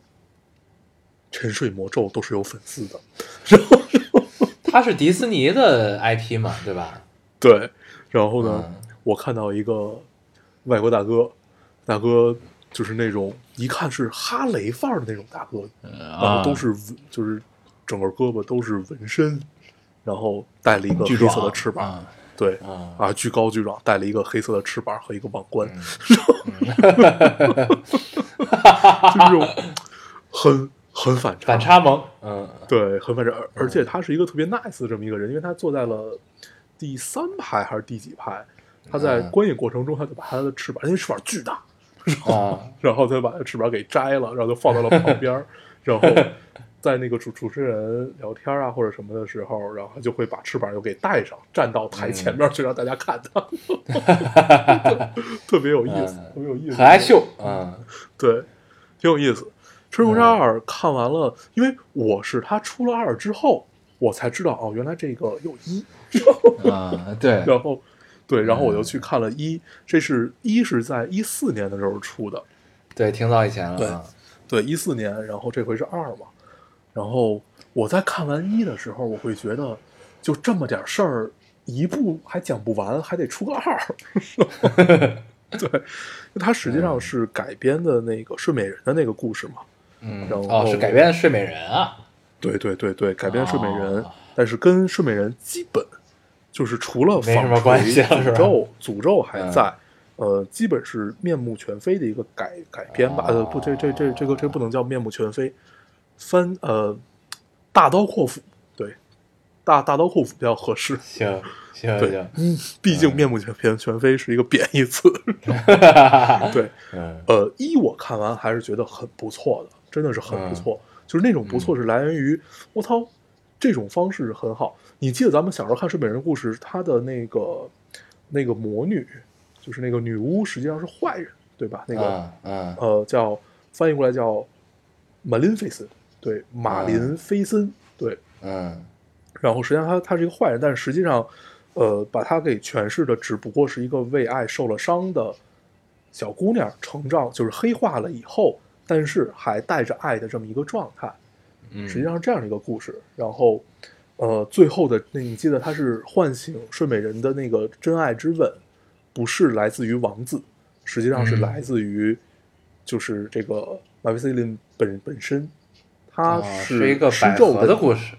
Speaker 2: 沉睡魔咒》都是有粉丝的。
Speaker 1: 它是迪士尼的 IP 嘛，对吧？
Speaker 2: 对，然后呢，
Speaker 1: 嗯
Speaker 2: 我看到一个外国大哥，大哥就是那种一看是哈雷范儿的那种大哥，
Speaker 1: 啊
Speaker 2: 然啊后都是纹就是整个胳膊都是纹身，然后带了一个黑色的翅膀，
Speaker 1: 啊
Speaker 2: 对
Speaker 1: 啊嗯
Speaker 2: 啊，巨高巨壮，带了一个黑色的翅膀和一个王冠， 就是这种很很反差，
Speaker 1: 反差萌，嗯
Speaker 2: 对，很反差，而而且他是一个特别 nice 的这么一个人，因为他坐在了第三排还是第几排，他在
Speaker 1: 嗯
Speaker 2: 观影过程中，他就把他的翅膀，因为翅膀巨大，
Speaker 1: 啊，
Speaker 2: 然后再把他翅膀给摘了，然后就放到了旁边儿，然后在那个主主持人聊天啊或者什么的时候，然后他就会把翅膀又给戴上，站到
Speaker 1: 嗯
Speaker 2: 台前面去让大家看他， 特别有意思，
Speaker 1: 嗯
Speaker 2: 特别有意思，
Speaker 1: 很爱秀，嗯
Speaker 2: 对，挺有意思。《春荣杀二》看完了，因为我是他出了二之后，我才知道哦，原来这个有一，
Speaker 1: 啊，对，
Speaker 2: 然后对，然后我就去看了一，这是一是在一四年的时候出的，
Speaker 1: 对，挺早以前了，啊
Speaker 2: 对，一四年，然后这回是二嘛，然后我在看完一的时候，我会觉得就这么点事儿，一部还讲不完，还得出个二， 对，它实际上是改编的那个睡美人的那个故事嘛，
Speaker 1: 嗯，
Speaker 2: 然
Speaker 1: 哦，
Speaker 2: 后
Speaker 1: 是改编《睡美人》啊，
Speaker 2: 对对对对，改编睡美人，
Speaker 1: 哦
Speaker 2: 但是跟睡美人基本就是除了
Speaker 1: 没什么
Speaker 2: 纺锤
Speaker 1: 关系了是吧嗯
Speaker 2: 诅咒诅咒还在，呃，基本是面目全非的一个改改编吧。呃，不，这这这这个这不能叫面目全非，翻呃大刀阔斧，对，大大刀阔斧比较合适。
Speaker 1: 行行
Speaker 2: 对
Speaker 1: 行，
Speaker 2: 嗯， 毕竟面目全全全非是一个贬义词。 对，
Speaker 1: 嗯
Speaker 2: 呃，一我看完还是觉得很不错的，真的是很不错。就是那种不错是来源于我操，这种方式很好。你记得咱们小时候看《睡美人》故事，她的那个那个魔女，就是那个女巫，实际上是坏人，对吧？那个、
Speaker 1: 啊啊
Speaker 2: 呃，叫翻译过来叫马林菲森，对，马林菲森，对。
Speaker 1: 嗯
Speaker 2: 然后实际上他他是一个坏人，但是实际上，呃，把他给诠释的只不过是一个为爱受了伤的小姑娘成长，就是黑化了以后，但是还带着爱的这么一个状态。
Speaker 1: 嗯，
Speaker 2: 实际上是这样的一个故事。然后，呃，最后的那你记得他是唤醒睡美人的那个真爱之吻，不是来自于王子，实际上是
Speaker 1: 嗯
Speaker 2: 来自于就是这个马维斯林本本身，他
Speaker 1: 哦是一个
Speaker 2: 施
Speaker 1: 百
Speaker 2: 咒
Speaker 1: 合的
Speaker 2: 事。
Speaker 1: 故事，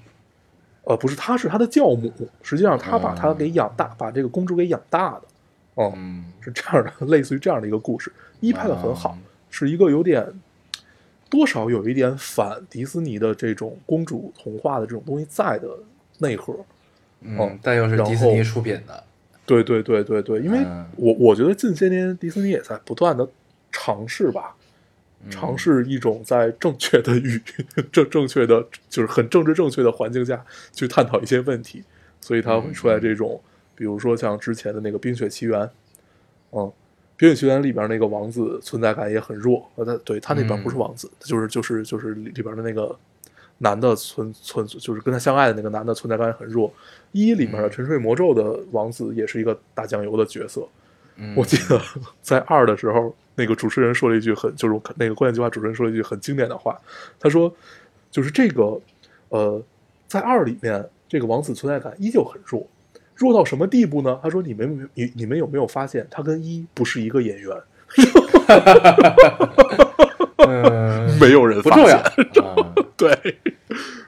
Speaker 2: 呃，不是，她是她的教母，实际上她把她
Speaker 1: 嗯
Speaker 2: 给养大，把这个公主给养大的，哦、
Speaker 1: 嗯，
Speaker 2: 是这样的， 类似于这样的一个故事，一拍的很好，
Speaker 1: 哦
Speaker 2: 是一个有点多少有一点反迪斯尼的这种公主童话的这种东西在的内核。
Speaker 1: 嗯
Speaker 2: 哦，
Speaker 1: 但又是
Speaker 2: 然
Speaker 1: 迪士尼
Speaker 2: 后
Speaker 1: 出品的，
Speaker 2: 对对对对对，因为
Speaker 1: 嗯
Speaker 2: 我我觉得近些年迪斯尼也在不断的尝试吧，尝试一种在正确的语 正正确的就是很政治正确的环境下去探讨一些问题，所以他会出来这种，比如说像之前的那个《冰雪奇缘》，嗯，《冰雪奇缘》里边那个王子存在感也很弱，呃，他对他那边不是王子，就是就是就是里边的那个男的存存就是跟他相爱的那个男的存在感也很弱。一里面的沉睡魔咒的王子也是一个打酱油的角色，
Speaker 1: 嗯
Speaker 2: 我记得在二的时候，那个主持人说了一句很就是那个关键句话，主持人说了一句很经典的话，他说就是这个呃，在二里面这个王子存在感依旧很弱，弱到什么地步呢？他说你们有没有你你们有没有发现他跟一不是一个演员？
Speaker 1: 嗯
Speaker 2: 没有人
Speaker 1: 不
Speaker 2: 发
Speaker 1: 重
Speaker 2: 现
Speaker 1: 要， 啊
Speaker 2: 对，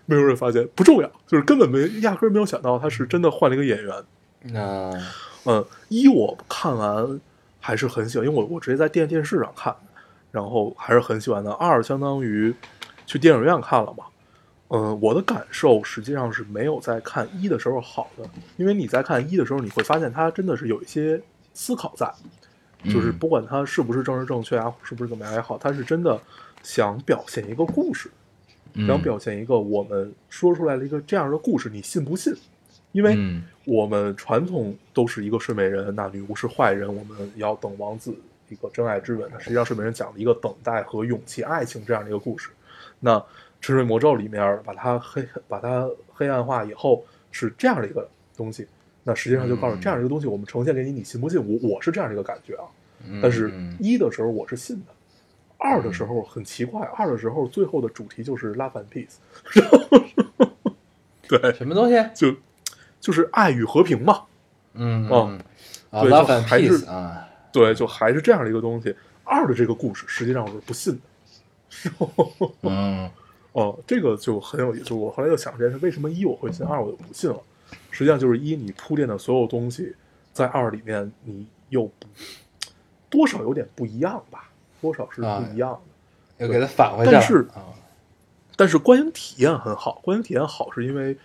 Speaker 2: 没有人发现不重要，就是根本没压根儿没有想到他是真的换了一个演员，
Speaker 1: 那
Speaker 2: 嗯，一我看完还是很喜欢，因为我我直接在电电视上看，然后还是很喜欢的。二相当于去电影院看了嘛，嗯，我的感受实际上是没有在看一的时候好的，因为你在看一的时候，你会发现它真的是有一些思考在，就是
Speaker 1: 嗯
Speaker 2: 不管它是不是政治正确啊，是不是怎么样也好，它是真的想表现一个故事，想
Speaker 1: 嗯
Speaker 2: 表现一个我们说出来了一个这样的故事，你信不信？因为
Speaker 1: 嗯
Speaker 2: 我们传统都是一个睡美人，那女巫是坏人，我们要等王子一个真爱之吻。实际上，睡美人讲了一个等待和勇气、爱情这样的一个故事。那《沉睡魔咒》里面把它黑把它黑暗化以后是这样的一个东西，那实际上就告诉
Speaker 1: 嗯
Speaker 2: 你这样的一个东西，我们呈现给你，你信不信？我我是这样的一个感觉啊。但是
Speaker 1: 嗯
Speaker 2: 一的时候我是信的，二的时候很奇怪，二的时候最后的主题就是 love and peace，然后对，
Speaker 1: 嗯什么东西？
Speaker 2: 就就是爱与和平嘛，
Speaker 1: 嗯
Speaker 2: 哦
Speaker 1: 嗯啊
Speaker 2: 对
Speaker 1: ，Love
Speaker 2: 就
Speaker 1: and
Speaker 2: 还是
Speaker 1: Peace 啊，
Speaker 2: 对，就还是这样的一个东西。二的这个故事实际上我是不信的，
Speaker 1: 嗯
Speaker 2: 哦、这个就很有意思。我后来就想这件事，为什么一我会信，二我就不信了？实际上就是一你铺垫的所有东西，在二里面你又不多少有点不一样吧，多少是不一样的。
Speaker 1: 又给它返回去了。
Speaker 2: 但是
Speaker 1: 啊
Speaker 2: 但是观影体验很好，观影体验好是因为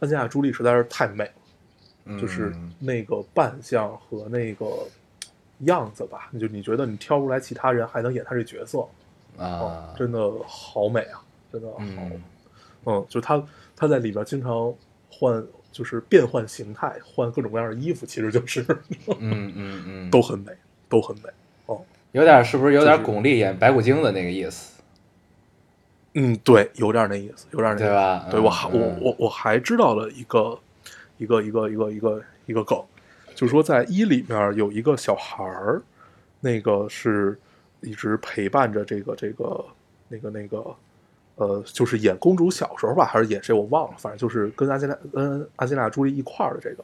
Speaker 2: 安吉亚·朱莉实在是太美了。就是
Speaker 1: 嗯
Speaker 2: 那个扮相和那个样子吧，你就你觉得你挑不出来其他人还能演他这角色，
Speaker 1: 啊，
Speaker 2: 真的好美啊，真哦的好，
Speaker 1: 嗯
Speaker 2: 嗯就他他在里边经常换，就是变换形态，换各种各样的衣服，其实就是
Speaker 1: 嗯嗯嗯，
Speaker 2: 都很美，都很美。
Speaker 1: 有点是不是有点
Speaker 2: 就是
Speaker 1: 巩俐演白骨精的那个意思，
Speaker 2: 嗯，对，有点那意思，有点那意
Speaker 1: 对
Speaker 2: 思。
Speaker 1: 吧？
Speaker 2: 对
Speaker 1: 嗯
Speaker 2: 我还我
Speaker 1: 嗯
Speaker 2: 我我还知道了一个一个一个一个一个一个梗，就是说在一里面有一个小孩儿，那个是一直陪伴着这个这个那个那个呃，就是演公主小时候吧，还是演谁我忘了，反正就是跟阿基拉跟阿基拉朱莉一块儿的这个，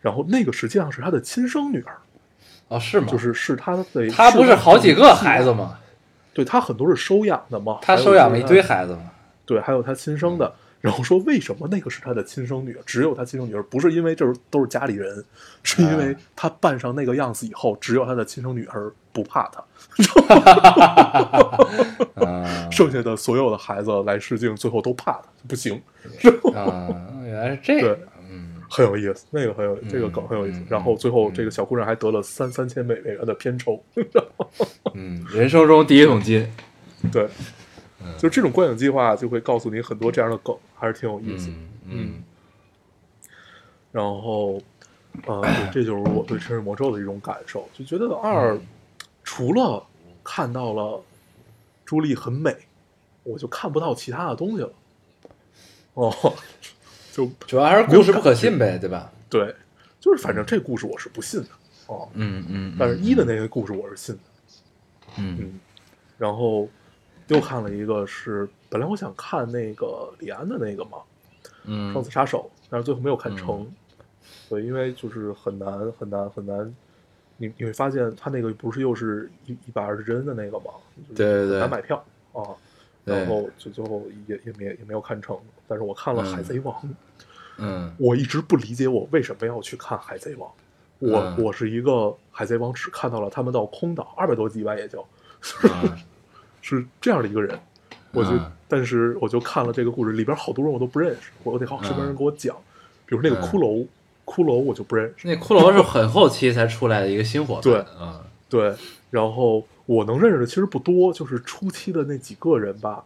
Speaker 2: 然后那个实际上是她的亲生女儿，
Speaker 1: 哦是吗？
Speaker 2: 就是是她的
Speaker 1: 他不是好几个孩子吗？
Speaker 2: 对她很多是收养的嘛，
Speaker 1: 他
Speaker 2: 还有
Speaker 1: 收养
Speaker 2: 就
Speaker 1: 了
Speaker 2: 是
Speaker 1: 一
Speaker 2: 她
Speaker 1: 堆孩子 嘛。
Speaker 2: 对，还有他亲生
Speaker 1: 嗯
Speaker 2: 的。然后说为什么那个是他的亲生女儿，只有他亲生女儿，不是因为这都是家里人，是因
Speaker 1: 哎
Speaker 2: 为他扮上那个样子以后，只有他的亲生女儿不 怕他，
Speaker 1: 嗯
Speaker 2: 剩下的所有的孩子来试镜，最后都怕他，不行，
Speaker 1: 嗯，原来是这样
Speaker 2: 对。
Speaker 1: 嗯
Speaker 2: 很有意思，那个很有这个梗
Speaker 1: 嗯
Speaker 2: 很有意思
Speaker 1: 嗯。
Speaker 2: 然后最后这个小姑娘还得了三三千美美元的片酬，
Speaker 1: 嗯，人生中第一桶金。嗯
Speaker 2: 对，就这种观影计划就会告诉你很多这样的梗，还是挺有意思的。
Speaker 1: 嗯嗯
Speaker 2: 然后，呃，对这就是我对《城市魔咒》的一种感受，就觉得二除了看到了朱莉很美，我就看不到其他的东西了。哦， 就
Speaker 1: 主要还是故事不可信呗，对吧？
Speaker 2: 对，就是反正这故事我是不信的哦，
Speaker 1: 嗯嗯，
Speaker 2: 但是一的那个故事我是信的。
Speaker 1: 嗯
Speaker 2: 然后又看了一个是本来我想看那个李安的那个嘛，
Speaker 1: 嗯，
Speaker 2: 双子杀手，但是最后没有看成。对，因为就是很难很难很难，你你会发现他那个不是又是一一百二十帧的那个嘛，就是
Speaker 1: 对对对
Speaker 2: 很难买票啊。
Speaker 1: 对
Speaker 2: 然后就最后也也没也没有看成，但是我看了《
Speaker 1: 嗯
Speaker 2: 海贼王》
Speaker 1: 嗯
Speaker 2: 我一直不理解我为什么要去看《海贼王》我。
Speaker 1: 嗯
Speaker 2: 我是一个《海贼王》只看到了他们到空岛二百多集吧，也就，
Speaker 1: 啊
Speaker 2: 是这样的一个人，我就、
Speaker 1: 嗯
Speaker 2: 但是我就看了这个故事里边好多人我都不认识，我得好身边人给我讲，比如那个
Speaker 1: 嗯
Speaker 2: 骷髅，骷髅我就不认识，
Speaker 1: 那骷髅是很后期才出来的一个新伙伴，
Speaker 2: 对
Speaker 1: 啊，
Speaker 2: 对，然后我能认识的其实不多，就是初期的那几个人吧，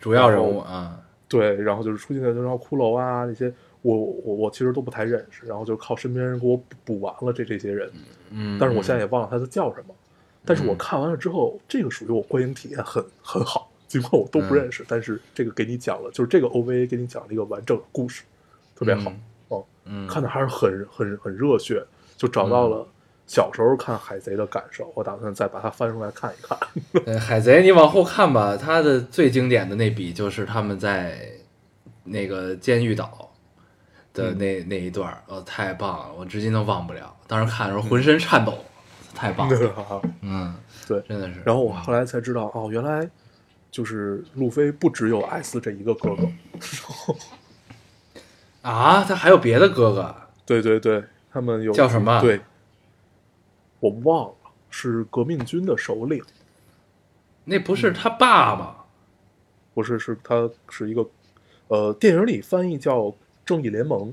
Speaker 1: 主要人物啊，
Speaker 2: 对，然后就是出现的就像骷髅啊那些，我我我其实都不太认识，然后就靠身边人给我补补完了这这些人，
Speaker 1: 嗯，
Speaker 2: 但是我现在也忘了他都叫什么。但是我看完了之后，这个属于我观影体验很很好，尽管我都
Speaker 1: 嗯
Speaker 2: 不认识，但是这个给你讲了，就是这个 OVA 给你讲了一个完整的故事，特别好、
Speaker 1: 嗯
Speaker 2: 哦，
Speaker 1: 嗯
Speaker 2: 看的还是很很很热血，就找到了小时候看《海贼》的感受。我打算再把它翻出来看一 看。
Speaker 1: 对嗯呃海贼，你往后看吧，他的最经典的那笔就是他们在那个监狱岛的那、
Speaker 2: 嗯
Speaker 1: 那一段儿，哦，太棒了，我至今都忘不了。当时看的时候浑身颤抖，太棒了，嗯，
Speaker 2: 对，
Speaker 1: 真的是。
Speaker 2: 然后我后来才知道，哦，原来就是路飞不只有艾斯这一 个哥哥，
Speaker 1: 啊，他还有别的哥啊哥，
Speaker 2: 对对对，他们有
Speaker 1: 叫什么啊
Speaker 2: 对，我忘了，是革命军的首领，
Speaker 1: 那不
Speaker 2: 嗯
Speaker 1: 是他爸吗？
Speaker 2: 不是，是他是一个，呃，电影里翻译叫正义联盟，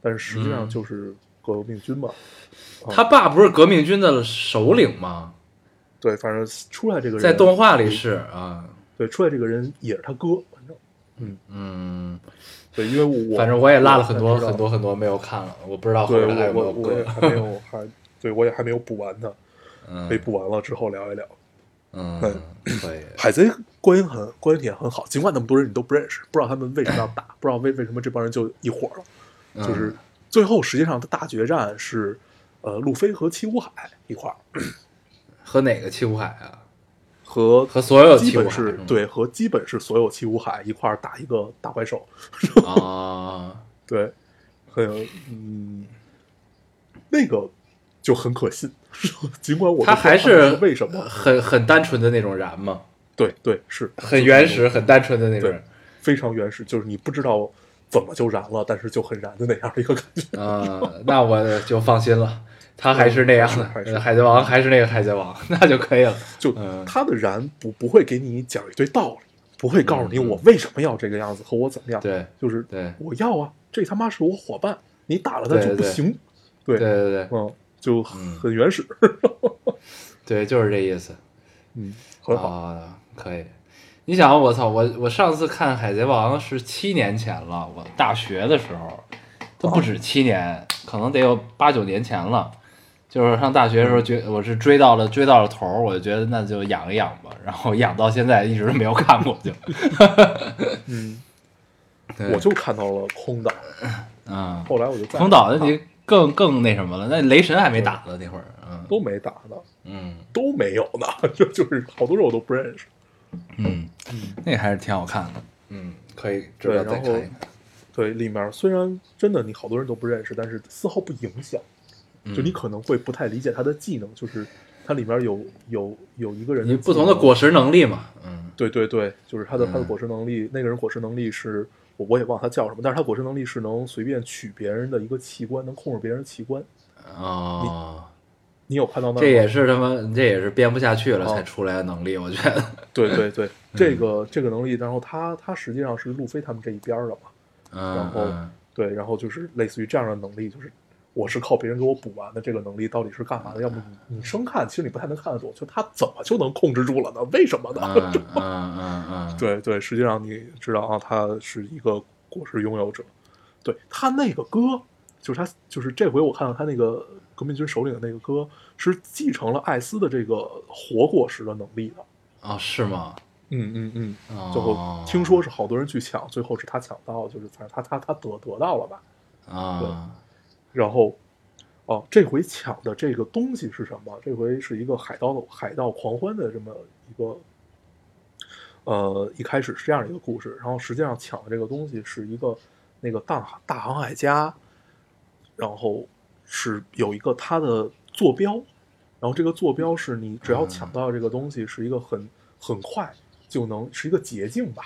Speaker 2: 但是实际上
Speaker 1: 嗯
Speaker 2: 就是革命军嘛。哦
Speaker 1: 他爸不是革命军的首领吗？
Speaker 2: 对，反正出来这个人
Speaker 1: 在动画里是啊，
Speaker 2: 对出来这个人也是他哥，反正
Speaker 1: 嗯，
Speaker 2: 对，因为我
Speaker 1: 反正我也落了很多
Speaker 2: 我才知道
Speaker 1: 很多很多没有看了，我不知道后
Speaker 2: 对
Speaker 1: 边还有没
Speaker 2: 我我
Speaker 1: 有
Speaker 2: 我也
Speaker 1: 哥。
Speaker 2: 还没有还对我也还没有补完呢，
Speaker 1: 嗯
Speaker 2: 可以补完了之后聊一聊。
Speaker 1: 嗯，可以。
Speaker 2: 海贼观音很观音体验很好，尽管那么多人你都不认识，不知道他们为什么要打，不知道为为什么这帮人就一伙了。
Speaker 1: 嗯
Speaker 2: 就是最后实际上的大决战是，呃，路飞和七武海一块儿，
Speaker 1: 和哪个七武海 啊？
Speaker 2: 和
Speaker 1: 和所有
Speaker 2: 基
Speaker 1: 七武
Speaker 2: 本
Speaker 1: 海
Speaker 2: 是
Speaker 1: 是吗
Speaker 2: 对和基本是所有七武海一块儿打一个大怪兽，
Speaker 1: 啊，
Speaker 2: 对，很嗯，那个就很可信，尽管我
Speaker 1: 他
Speaker 2: 不知道
Speaker 1: 还
Speaker 2: 是
Speaker 1: 是
Speaker 2: 为什么，
Speaker 1: 很很单纯的那种燃 嘛，
Speaker 2: 对对是
Speaker 1: 很原始、很单纯的那种
Speaker 2: 对，非常原始，就是你不知道怎么就燃了，但是就很燃的那样的一个感觉。
Speaker 1: 啊、那我就放心了。他还是那样的，
Speaker 2: 还是还
Speaker 1: 呃海
Speaker 2: 是
Speaker 1: 贼王还是那个海贼王， 那就可以了。
Speaker 2: 就
Speaker 1: 嗯
Speaker 2: 他的燃不不会给你讲一堆道理，不会告诉你我为什么要这个样子和我怎么样，
Speaker 1: 对
Speaker 2: 就是
Speaker 1: 对
Speaker 2: 我要啊，这他妈是我伙伴，你打了他
Speaker 1: 对
Speaker 2: 就不
Speaker 1: 对
Speaker 2: 行，
Speaker 1: 对对对
Speaker 2: 嗯，就很原始，
Speaker 1: 对，就是这意思。
Speaker 2: 嗯，很好，
Speaker 1: 啊，可以。你想，我操，我我上次看《海贼王》是七年前了，我大学的时候都不止七年，可能得有八九年前了。就是上大学的时候，觉我是追到了追到了头儿，我就觉得那就养一养吧，然后养到现在一直都没有看过，就，
Speaker 2: 嗯，
Speaker 1: 对
Speaker 2: 我就看到了空岛，
Speaker 1: 嗯，
Speaker 2: 后来我就再
Speaker 1: 空岛
Speaker 2: 也
Speaker 1: 那
Speaker 2: 没
Speaker 1: 你更更那什么了，那雷神还没打呢那会儿，嗯
Speaker 2: 都没打呢，
Speaker 1: 嗯
Speaker 2: 都没有呢， 就就是好多人我都不认识，
Speaker 1: 嗯，那还是挺好看的，嗯，可以值
Speaker 2: 对
Speaker 1: 得再
Speaker 2: 然
Speaker 1: 看
Speaker 2: 后
Speaker 1: 一看，
Speaker 2: 对，里面虽然真的你好多人都不认识，但是丝毫不影响。就你
Speaker 1: 嗯
Speaker 2: 可能会不太理解他的技能，就是它里面有有有一个人
Speaker 1: 你不同
Speaker 2: 技
Speaker 1: 的
Speaker 2: 能
Speaker 1: 果实能力嘛，嗯
Speaker 2: 对对对，就是他的他的
Speaker 1: 嗯
Speaker 2: 果实能力，那个人果实能力是我我也忘他叫什么，但是他果实能力是能随便取别人的一个器官，能控制别人的器官。
Speaker 1: 哦。
Speaker 2: 你有看到那？
Speaker 1: 这也是他妈，这也是编不下去了
Speaker 2: 哦
Speaker 1: 才出来的能力，我觉得。
Speaker 2: 对对对，
Speaker 1: 嗯
Speaker 2: 这个这个能力，然后他他实际上是路飞他们这一边儿的嘛，然
Speaker 1: 嗯
Speaker 2: 后
Speaker 1: 嗯
Speaker 2: 对，然后就是类似于这样的能力，就是我是靠别人给我补完的这个能力到底是干嘛的？要么你你生看，其实你不太能看得懂，就他怎么就能控制住了呢？为什么呢？
Speaker 1: 嗯嗯嗯嗯，
Speaker 2: 对对，实际上你知道啊，他是一个果实拥有者。对他那个歌，就是他就是这回我看到他那个革命军首领的那个歌，是继承了艾斯的这个活果实的能力的。
Speaker 1: 啊、是吗？
Speaker 2: 嗯嗯嗯，
Speaker 1: 哦、
Speaker 2: 最后听说是好多人去抢，最后是他抢到，就是他他他他得得到了吧？
Speaker 1: 啊，
Speaker 2: 然后，哦，这回抢的这个东西是什么？这回是一个海盗海盗狂欢的这么一个，呃，一开始是这样一个故事，然后实际上抢的这个东西是一个那个大大航海家，然后是有一个他的坐标，然后这个坐标是你只要抢到这个东西，是一个很很快就能是一个捷径吧。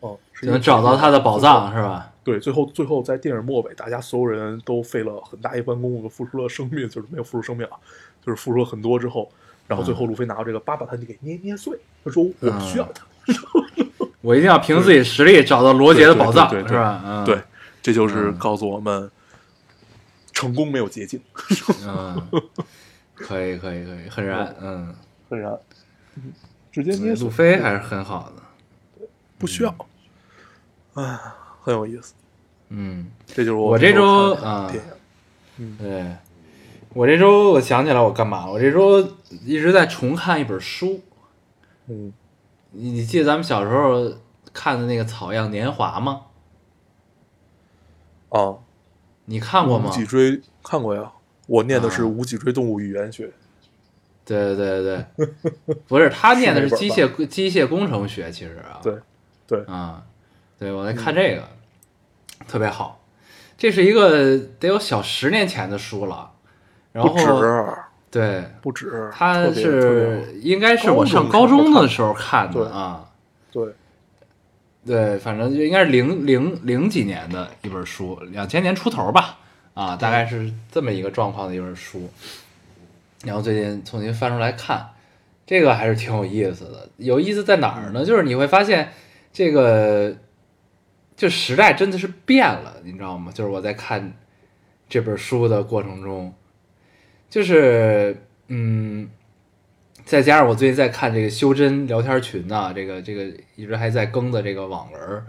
Speaker 2: 哦，是一
Speaker 1: 就
Speaker 2: 个
Speaker 1: 能找到
Speaker 2: 捷径
Speaker 1: 他的宝藏是吧？
Speaker 2: 对，最后最后在电影末尾，大家所有人都费了很大一番功夫，付出了生命，就是没有付出生命啊，就是付出了很多之后，然后最
Speaker 1: 嗯
Speaker 2: 后路飞拿到这个，爸把他给捏捏碎，他说我需要它，
Speaker 1: 我一定要凭自己实力找到罗杰的宝藏
Speaker 2: 对对对
Speaker 1: 是吧？嗯，
Speaker 2: 对，这就是告诉我们，成功没有捷径，
Speaker 1: 嗯，可以可以可以，很燃，嗯，
Speaker 2: 很然，嗯直接捏碎
Speaker 1: 路，飞还是很好的，
Speaker 2: 不需要，啊，很有意思，
Speaker 1: 嗯，
Speaker 2: 这就是
Speaker 1: 我这
Speaker 2: 这
Speaker 1: 周
Speaker 2: 看的
Speaker 1: 啊
Speaker 2: 电影，
Speaker 1: 对。我这周我想起来我干嘛了？我这周一直在重看一本书，
Speaker 2: 嗯，
Speaker 1: 你你记得咱们小时候看的那个《草样年华》吗？
Speaker 2: 啊，
Speaker 1: 你看过
Speaker 2: 无
Speaker 1: 吗？
Speaker 2: 脊椎看过呀，我念的是
Speaker 1: 啊
Speaker 2: 无脊椎动物语言学，
Speaker 1: 对对对对，不是他念的
Speaker 2: 是
Speaker 1: 是
Speaker 2: 那
Speaker 1: 机
Speaker 2: 本
Speaker 1: 械机械工程学，其实啊，
Speaker 2: 对对嗯
Speaker 1: 啊，对我在看这个、特别好，这是一个得有小十年前的书了，然
Speaker 2: 不止。啊
Speaker 1: 后对，
Speaker 2: 不止，
Speaker 1: 它
Speaker 2: 特别特别好
Speaker 1: 是应该是我上
Speaker 2: 高
Speaker 1: 高
Speaker 2: 中的时候
Speaker 1: 中的时候看
Speaker 2: 对
Speaker 1: 的啊，
Speaker 2: 对，
Speaker 1: 对，反正就应该是零零零几年的一本书，两千年出头吧，啊，大概是这么一个状况的一本书。然后最近重新翻出来看，这个还是挺有意思的。有意思在哪儿呢？就是你会发现，这个就时代真的是变了，你知道吗？就是我在看这本书的过程中，就是嗯，再加上我最近在看这个修真聊天群呐、这个这个一直还在更的这个网文儿，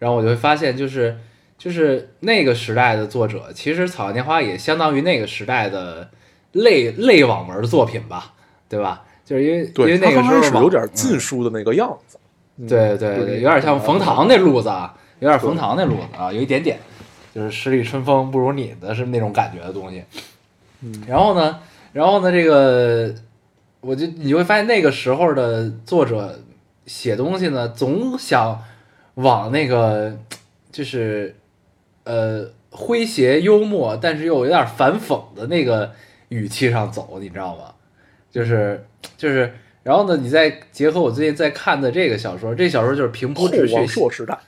Speaker 1: 然后我就会发现，就是就是那个时代的作者，其实《草样年华》也相当于那个时代的类类网文作品吧，对吧？就是因为因
Speaker 2: 对，
Speaker 1: 为那个时
Speaker 2: 他
Speaker 1: 候
Speaker 2: 刚开始
Speaker 1: 网
Speaker 2: 有点
Speaker 1: 嗯
Speaker 2: 禁书的那个样子，嗯
Speaker 1: 对对
Speaker 2: 就是
Speaker 1: 对，
Speaker 2: 那
Speaker 1: 有点像
Speaker 2: 个
Speaker 1: 冯唐那路子啊，有点冯唐那路子啊，有一点点，就是十里春风不如你的是那种感觉的东西。
Speaker 2: 嗯
Speaker 1: 然后呢，然后呢，这个我就你会发现那个时候的作者写东西呢，总想往那个就是呃诙谐幽默，但是又有点反讽的那个语气上走，你知道吗？就是就是，然后呢，你再结合我最近在看的这个小说，这小说就是平铺
Speaker 2: 后
Speaker 1: 直叙
Speaker 2: 王，朔时代，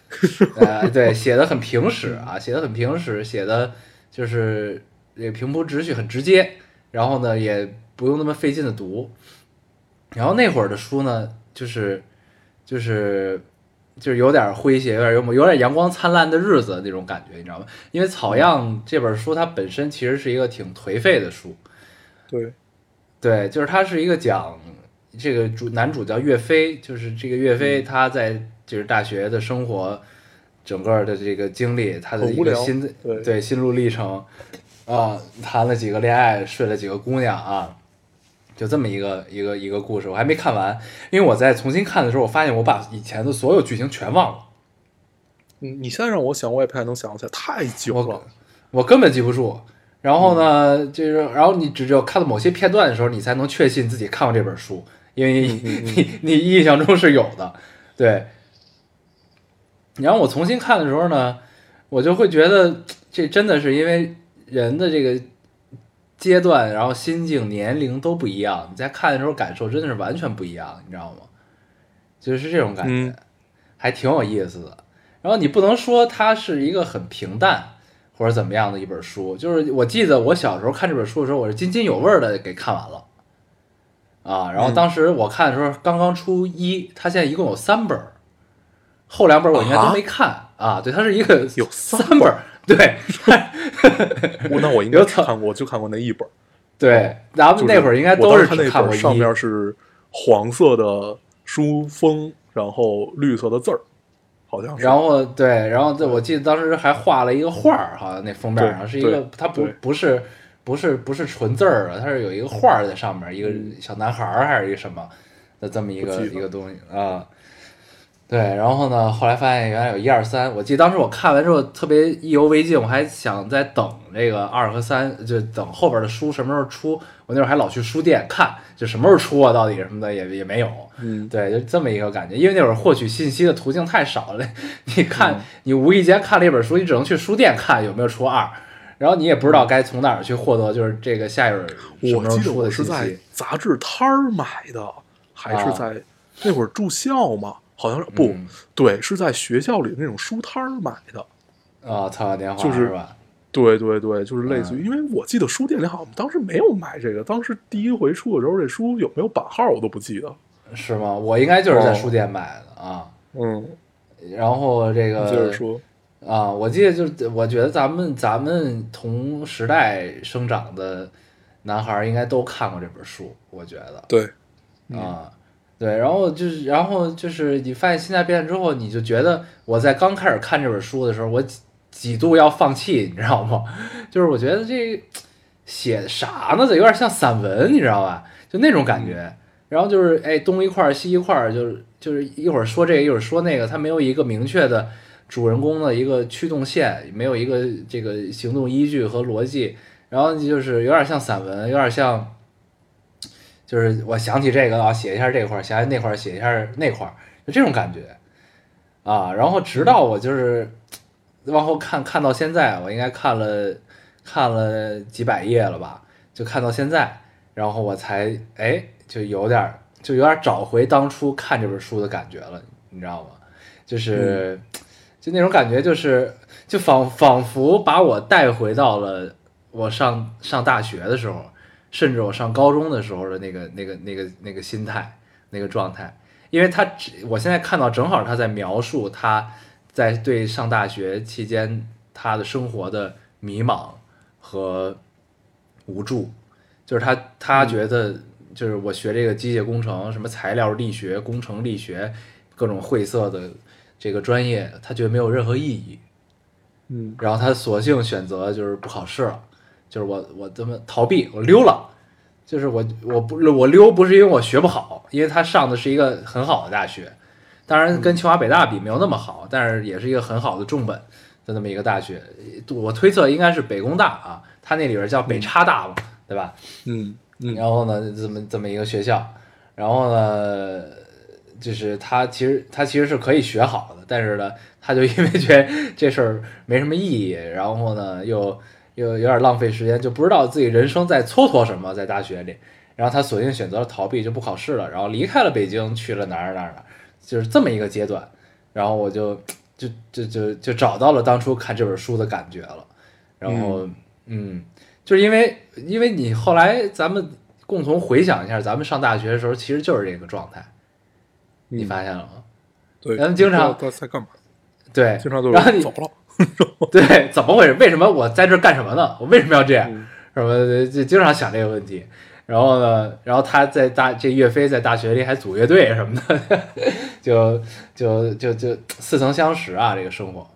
Speaker 1: 呃，对，写的很平实啊，写的很平实，写的就是也平铺直叙，很直接，然后呢，也不用那么费劲的读。然后那会儿的书呢，就是就是就是有点诙谐，有点幽默，有点阳光灿烂的日子那种感觉，你知道吗？因为《草样》这本书它本身其实是一个挺颓废的书，
Speaker 2: 对，
Speaker 1: 对，就是它是一个讲这个主男主叫岳飞，就是这个岳
Speaker 2: 嗯
Speaker 1: 飞他在就是大学的生活，整个的这个经历，他的
Speaker 2: 很
Speaker 1: 一
Speaker 2: 无
Speaker 1: 个
Speaker 2: 聊
Speaker 1: 心的
Speaker 2: 对
Speaker 1: 对心路历程，啊，谈了几个恋爱，睡了几个姑娘啊，就这么一个一个一个故事，我还没看完，因为我在重新看的时候，我发现我把以前的所有剧情全忘了。
Speaker 2: 你你现在让我想，我也不太能想起来，太久了
Speaker 1: 我，我根本记不住。然后呢，就是然后你只有看到某些片段的时候，你才能确信自己看过这本书，因为
Speaker 2: 嗯
Speaker 1: 你、 你你印象中是有的，对。然后我重新看的时候呢，我就会觉得这真的是因为人的这个阶段，然后心境、年龄都不一样，你在看的时候感受真的是完全不一样，你知道吗？就是这种感觉，
Speaker 2: 嗯
Speaker 1: 还挺有意思的。然后你不能说它是一个很平淡或者怎么样的一本书，就是我记得我小时候看这本书的时候，我是津津有味的给看完了啊。
Speaker 2: 嗯
Speaker 1: 然后当时我看的时候刚刚出一，它现在一共有三本儿，后两本儿我应该都没看啊对，它是一个
Speaker 2: 有
Speaker 1: 三
Speaker 2: 三
Speaker 1: 本儿，对，
Speaker 2: 我那我应
Speaker 1: 有
Speaker 2: 该只
Speaker 1: 草
Speaker 2: 看过，就看过那一本，
Speaker 1: 对，咱们
Speaker 2: 就是
Speaker 1: 那会儿应该
Speaker 2: 我
Speaker 1: 都
Speaker 2: 当
Speaker 1: 是
Speaker 2: 时看那
Speaker 1: 只
Speaker 2: 一
Speaker 1: 看
Speaker 2: 本
Speaker 1: 过一，
Speaker 2: 上面是黄色的书封，然后绿色的字儿，好像是。
Speaker 1: 然后对，然后这我记得当时还画了一个画儿，好像那封面上
Speaker 2: 嗯对
Speaker 1: 是一个
Speaker 2: 对，
Speaker 1: 它不
Speaker 2: 对
Speaker 1: 不是不是不是纯字儿啊，它是有一个画儿在上面，一个小男孩儿还是一个什么的这么一
Speaker 2: 嗯不
Speaker 1: 个
Speaker 2: 记得
Speaker 1: 一个东西啊。对，然后呢，后来发现原来有一二三，我记得当时我看完之后特别意犹未尽，我还想再等这个二和三，就等后边的书什么时候出。我那会儿还老去书店看，就什么时候出啊，到底什么的也也没有。
Speaker 2: 嗯，
Speaker 1: 对，就这么一个感觉，因为那会儿获取信息的途径太少了。你看，
Speaker 2: 嗯
Speaker 1: 你无意间看了一本书，你只能去书店看有没有出二，然后你也不知道该从哪儿去获得，就是这个下一本什
Speaker 2: 嗯我
Speaker 1: 么时候
Speaker 2: 记得
Speaker 1: 出
Speaker 2: 我
Speaker 1: 的
Speaker 2: 是
Speaker 1: 信
Speaker 2: 在
Speaker 1: 息。
Speaker 2: 杂志摊儿买的，还
Speaker 1: 啊
Speaker 2: 是在、那会儿住校嘛？好像是不、
Speaker 1: 嗯
Speaker 2: 对，是在学校里那种书摊儿买的。
Speaker 1: 啊，草稿年华
Speaker 2: 就是
Speaker 1: 吧？
Speaker 2: 对对对，就是类似于，
Speaker 1: 嗯
Speaker 2: 因为我记得书店里好像当时没有买这个，当时第一回出的时候，这书有没有版号我都不记得。
Speaker 1: 是吗？我应该就是在
Speaker 2: 哦
Speaker 1: 书店买的啊。
Speaker 2: 嗯，
Speaker 1: 然后这个
Speaker 2: 你接着说，
Speaker 1: 啊，我记得就是，我觉得咱们咱们同时代生长的男孩儿应该都看过这本书，我觉得。
Speaker 2: 对，嗯
Speaker 1: 啊，对，然后就是，然后就是你发现心态变了之后，你就觉得我在刚开始看这本书的时候，我几几度要放弃，你知道吗？ 就是我觉得这写的啥呢？这有点像散文，你知道吧？就那种感觉。然后就是，哎，东一块儿西一块儿，就是就是一会儿说这个，一会儿说那个，它没有一个明确的主人公的一个驱动线，没有一个这个行动依据和逻辑。然后就是有点像散文，有点像就是我想起这个啊，写一下这块儿，想起那块儿，写一下那块儿，就这种感觉啊。然后直到我就是往后看，看到现在，我应该看了看了几百页了吧，就看到现在，然后我才哎，就有点儿就有点儿找回当初看这本书的感觉了，你知道吗？就是、就那种感觉，就是就仿仿佛把我带回到了我上上大学的时候，甚至我上高中的时候的那个那个那个那个心态那个状态，因为他只我现在看到正好他在描述他在对上大学期间他的生活的迷茫和无助，就是他他觉得就是我学这个机械工程，什么材料力学、工程力学各种晦涩的这个专业，他觉得没有任何意义，
Speaker 2: 嗯，
Speaker 1: 然后他索性选择就是不考试了，就是我我这么逃避，我溜了，就是我我不我溜不是因为我学不好，因为他上的是一个很好的大学，当然跟清华北大比没有那么好，但是也是一个很好的重本的那么一个大学，我推测应该是北工大啊，他那里边叫北叉大嘛，对吧？
Speaker 2: 嗯嗯
Speaker 1: 然后呢，这么这么一个学校，然后呢，就是他其实他其实是可以学好的，但是呢，他就因为觉得这事儿没什么意义，然后呢，又又有点浪费时间，就不知道自己人生在蹉跎什么，在大学里，然后他索性选择了逃避，就不考试了，然后离开了北京，去了哪儿哪儿哪儿，就是这么一个阶段，然后我就就就就就找到了当初看这本书的感觉了，然后嗯就是因为因为你后来咱们共同回想一下，咱们上大学的时候其实就是这个状态，
Speaker 2: 嗯
Speaker 1: 你发现了吗？
Speaker 2: 对，
Speaker 1: 咱们经常
Speaker 2: 在在干嘛？
Speaker 1: 对，
Speaker 2: 经常都
Speaker 1: 然后你
Speaker 2: 是走了，
Speaker 1: 对，怎么回事？为什么我在这儿干什么呢？我为什么要这样
Speaker 2: 嗯？
Speaker 1: 什么就经常想这个问题。然后呢，然后他在大这岳飞在大学里还组乐队什么的， 就就就就似曾相识啊，这个生活。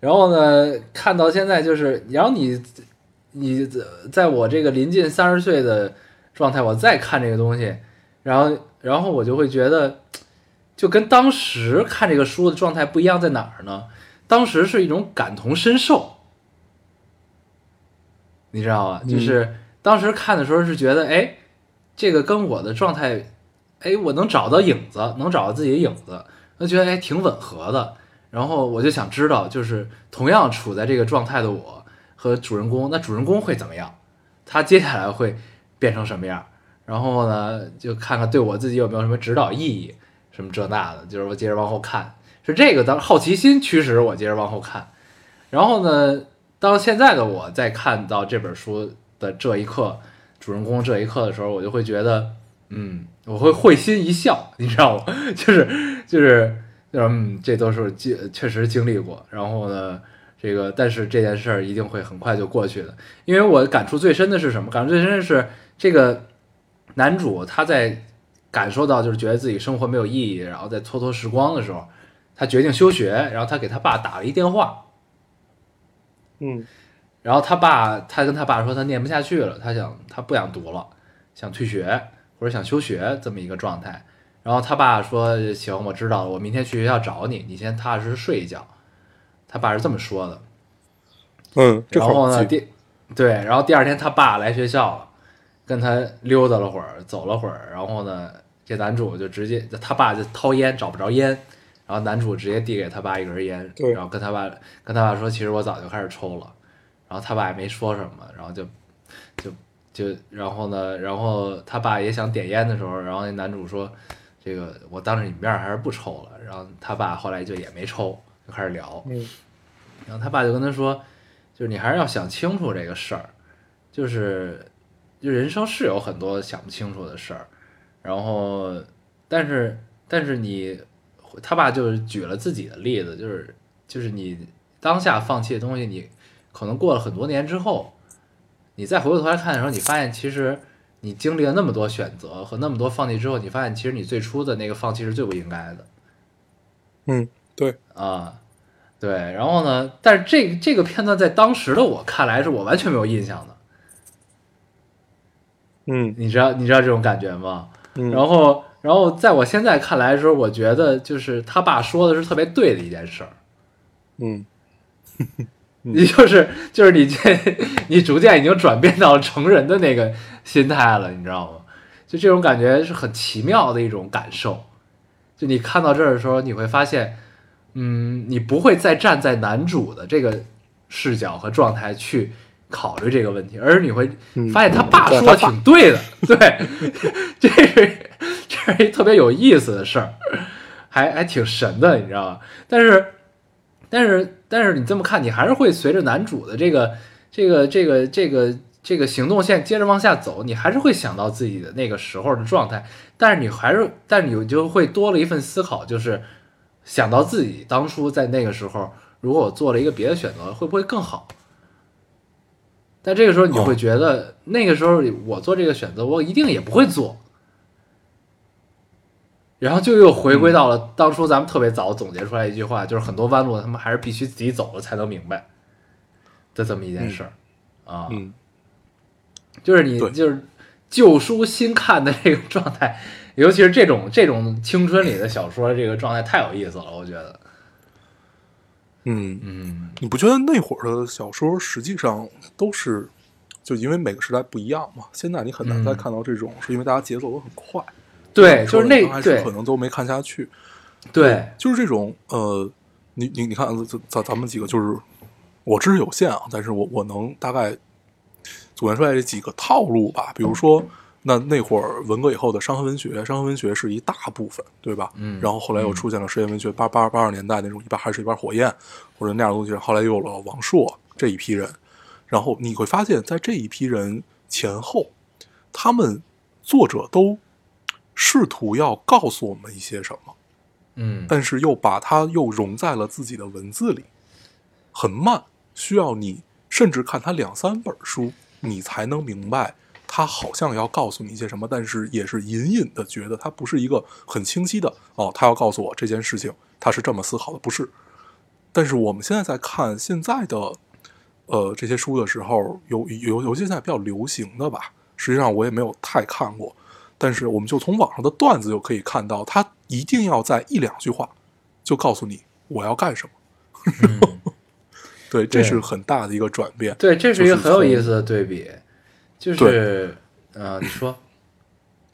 Speaker 1: 然后呢，看到现在就是，然后你你在我这个临近三十岁的状态，我再看这个东西，然后然后我就会觉得，就跟当时看这个书的状态不一样，在哪儿呢？当时是一种感同身受，你知道吗？就是当时看的时候是觉得，哎，这个跟我的状态，哎，我能找到影子，能找到自己的影子，就觉得哎挺吻合的。然后我就想知道，就是同样处在这个状态的我和主人公，那主人公会怎么样？他接下来会变成什么样？然后呢，就看看对我自己有没有什么指导意义，什么这那的，就是我接着往后看，是这个当好奇心驱使我接着往后看。然后呢，当现在的我在看到这本书的这一刻，主人公这一刻的时候，我就会觉得，嗯，我会会心一笑，你知道吗？ 就是就是就是，嗯，这都是经确实经历过。然后呢，这个但是这件事儿一定会很快就过去的，因为我感触最深的是什么？感触最深的是这个男主他在感受到就是觉得自己生活没有意义，然后在蹉跎时光的时候，他决定休学，然后他给他爸打了一电话，
Speaker 2: 嗯
Speaker 1: 然后他爸，他跟他爸说他念不下去了，他想他不想读了，想退学或者想休学这么一个状态。然后他爸说：“行，我知道了，我明天去学校找你，你先踏踏实实睡一觉。”他爸是这么说的。
Speaker 2: 嗯，这
Speaker 1: 然后
Speaker 2: 好
Speaker 1: 呢，
Speaker 2: 记，
Speaker 1: 第对，然后第二天他爸来学校了，跟他溜达了会儿，走了会儿，然后呢，这男主就直接他爸就掏烟找不着烟，然后男主直接递给他爸一根烟，
Speaker 2: 对
Speaker 1: 然后跟他爸跟他爸说，其实我早就开始抽了，然后他爸也没说什么，然后就就就然后呢，然后他爸也想点烟的时候，然后那男主说，这个我当着你面儿还是不抽了，然后他爸后来就也没抽，就开始聊，
Speaker 2: 嗯
Speaker 1: 然后他爸就跟他说，就是你还是要想清楚这个事儿，就是就人生是有很多想不清楚的事儿，然后但是但是你他爸就是举了自己的例子，就是就是你当下放弃的东西，你可能过了很多年之后，你再回过头来看的时候，你发现其实你经历了那么多选择和那么多放弃之后，你发现其实你最初的那个放弃是最不应该的。
Speaker 2: 嗯，对，
Speaker 1: 啊，对，然后呢，但是这个这个片段在当时的我看来是我完全没有印象的，
Speaker 2: 嗯
Speaker 1: 你知道你知道这种感觉吗？
Speaker 2: 嗯，
Speaker 1: 然后然后在我现在看来的时候，我觉得就是他爸说的是特别对的一件事儿，
Speaker 2: 嗯
Speaker 1: 你就是就是你这你逐渐已经转变到成人的那个心态了，你知道吗？就这种感觉是很奇妙的一种感受。就你看到这儿的时候，你会发现，嗯，你不会再站在男主的这个视角和状态去考虑这个问题，而是你会发现他爸
Speaker 2: 嗯对
Speaker 1: 说的
Speaker 2: 他爸
Speaker 1: 挺对的，对，这是这是一特别有意思的事儿，还还挺神的，你知道吗？但是但是但是你这么看，你还是会随着男主的这个这个这个这个这个行动线接着往下走，你还是会想到自己的那个时候的状态，但是你还是，但是你就会多了一份思考，就是想到自己当初在那个时候，如果我做了一个别的选择，会不会更好？但这个时候你会觉得，那个时候我做这个选择，我一定也不会做。然后就又回归到
Speaker 2: 嗯
Speaker 1: 了当初咱们特别早总结出来一句话，就是很多弯路他们还是必须自己走了才能明白的这么一件事儿、啊。
Speaker 2: 嗯
Speaker 1: 就是你
Speaker 2: 对
Speaker 1: 就是旧书新看的这个状态，尤其是这种这种青春里的小说，这个状态太有意思了，我觉得。
Speaker 2: 嗯，
Speaker 1: 嗯，
Speaker 2: 你不觉得那会儿的小说实际上都是，就因为每个时代不一样嘛？现在你很难再
Speaker 1: 嗯
Speaker 2: 看到这种，是因为大家节奏都很快，
Speaker 1: 对，就是
Speaker 2: 刚
Speaker 1: 那
Speaker 2: 开始
Speaker 1: 对
Speaker 2: 可能都没看下去，
Speaker 1: 对，
Speaker 2: 就是这种呃，你你你看，咱咱咱们几个就是我知识有限啊，但是我我能大概总结出来这几个套路吧。比如说，那那会儿文革以后的伤痕文学，伤痕文学是一大部分，对吧？
Speaker 1: 嗯
Speaker 2: 然后后来又出现了实验文学，八八八十年代那种一半还是一半火焰或者那样的东西，后来又有了王朔这一批人，然后你会发现在这一批人前后，他们作者都试图要告诉我们一些什么。
Speaker 1: 嗯
Speaker 2: 但是又把它又融在了自己的文字里，很慢，需要你甚至看它两三本书，你才能明白它好像要告诉你一些什么，但是也是隐隐的觉得它不是一个很清晰的哦，他要告诉我这件事情，他是这么思考的，不是。但是我们现在在看现在的呃这些书的时候，有有尤其现在比较流行的吧，实际上我也没有太看过，但是我们就从网上的段子就可以看到，他一定要在一两句话就告诉你我要干什么。
Speaker 1: 嗯，
Speaker 2: 对，这
Speaker 1: 对
Speaker 2: 是很大的一个转变。
Speaker 1: 对，这是一个很有
Speaker 2: 就是
Speaker 1: 意
Speaker 2: 从
Speaker 1: 思的对比，就是呃，你说，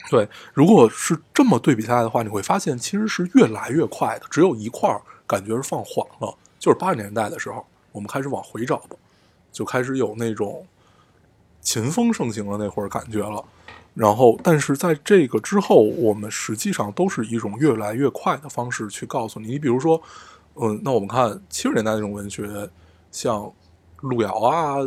Speaker 2: 对，如果是这么对比下来的话，你会发现其实是越来越快的，只有一块儿感觉是放缓了，就是八十年代的时候，我们开始往回找吧，就开始有那种秦风盛行的那会儿感觉了。然后，但是在这个之后，我们实际上都是一种越来越快的方式去告诉你。你比如说，嗯，那我们看七十年代那种文学，像路遥啊，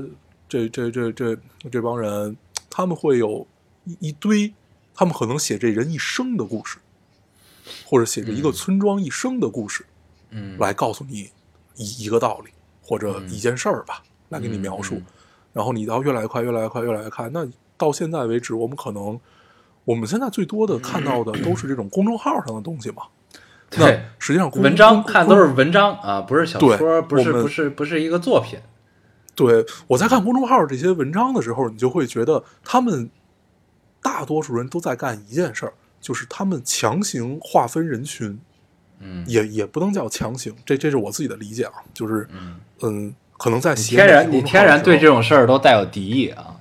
Speaker 2: 这这这这这帮人，他们会有一一堆，他们可能写这人一生的故事，或者写着一个
Speaker 1: 嗯
Speaker 2: 村庄一生的故事，
Speaker 1: 嗯，
Speaker 2: 来告诉你一一个道理或者一件事儿吧，来给你描述。
Speaker 1: 嗯嗯
Speaker 2: 然后你到越来越快，越来越快，越来越快。那到现在为 止，我们可能我们现在最多的看到的都是这种公众号上的东西嘛，那
Speaker 1: 对
Speaker 2: 实际上公
Speaker 1: 文章
Speaker 2: 公
Speaker 1: 看
Speaker 2: 公
Speaker 1: 都是文章啊，不是小
Speaker 2: 对
Speaker 1: 说，不是
Speaker 2: 我们
Speaker 1: 不是不是一个作品。
Speaker 2: 对，我在看公众号这些文章的时候，你就会觉得他们大多数人都在干一件事儿，就是他们强行划分人群，
Speaker 1: 嗯
Speaker 2: 也也不能叫强行，这这是我自己的理解啊，就是
Speaker 1: 嗯，
Speaker 2: 嗯，可能在
Speaker 1: 你
Speaker 2: 写
Speaker 1: 天然
Speaker 2: 每
Speaker 1: 你
Speaker 2: 篇
Speaker 1: 天然对
Speaker 2: 公众号的时候
Speaker 1: 这种事儿都带有敌意啊。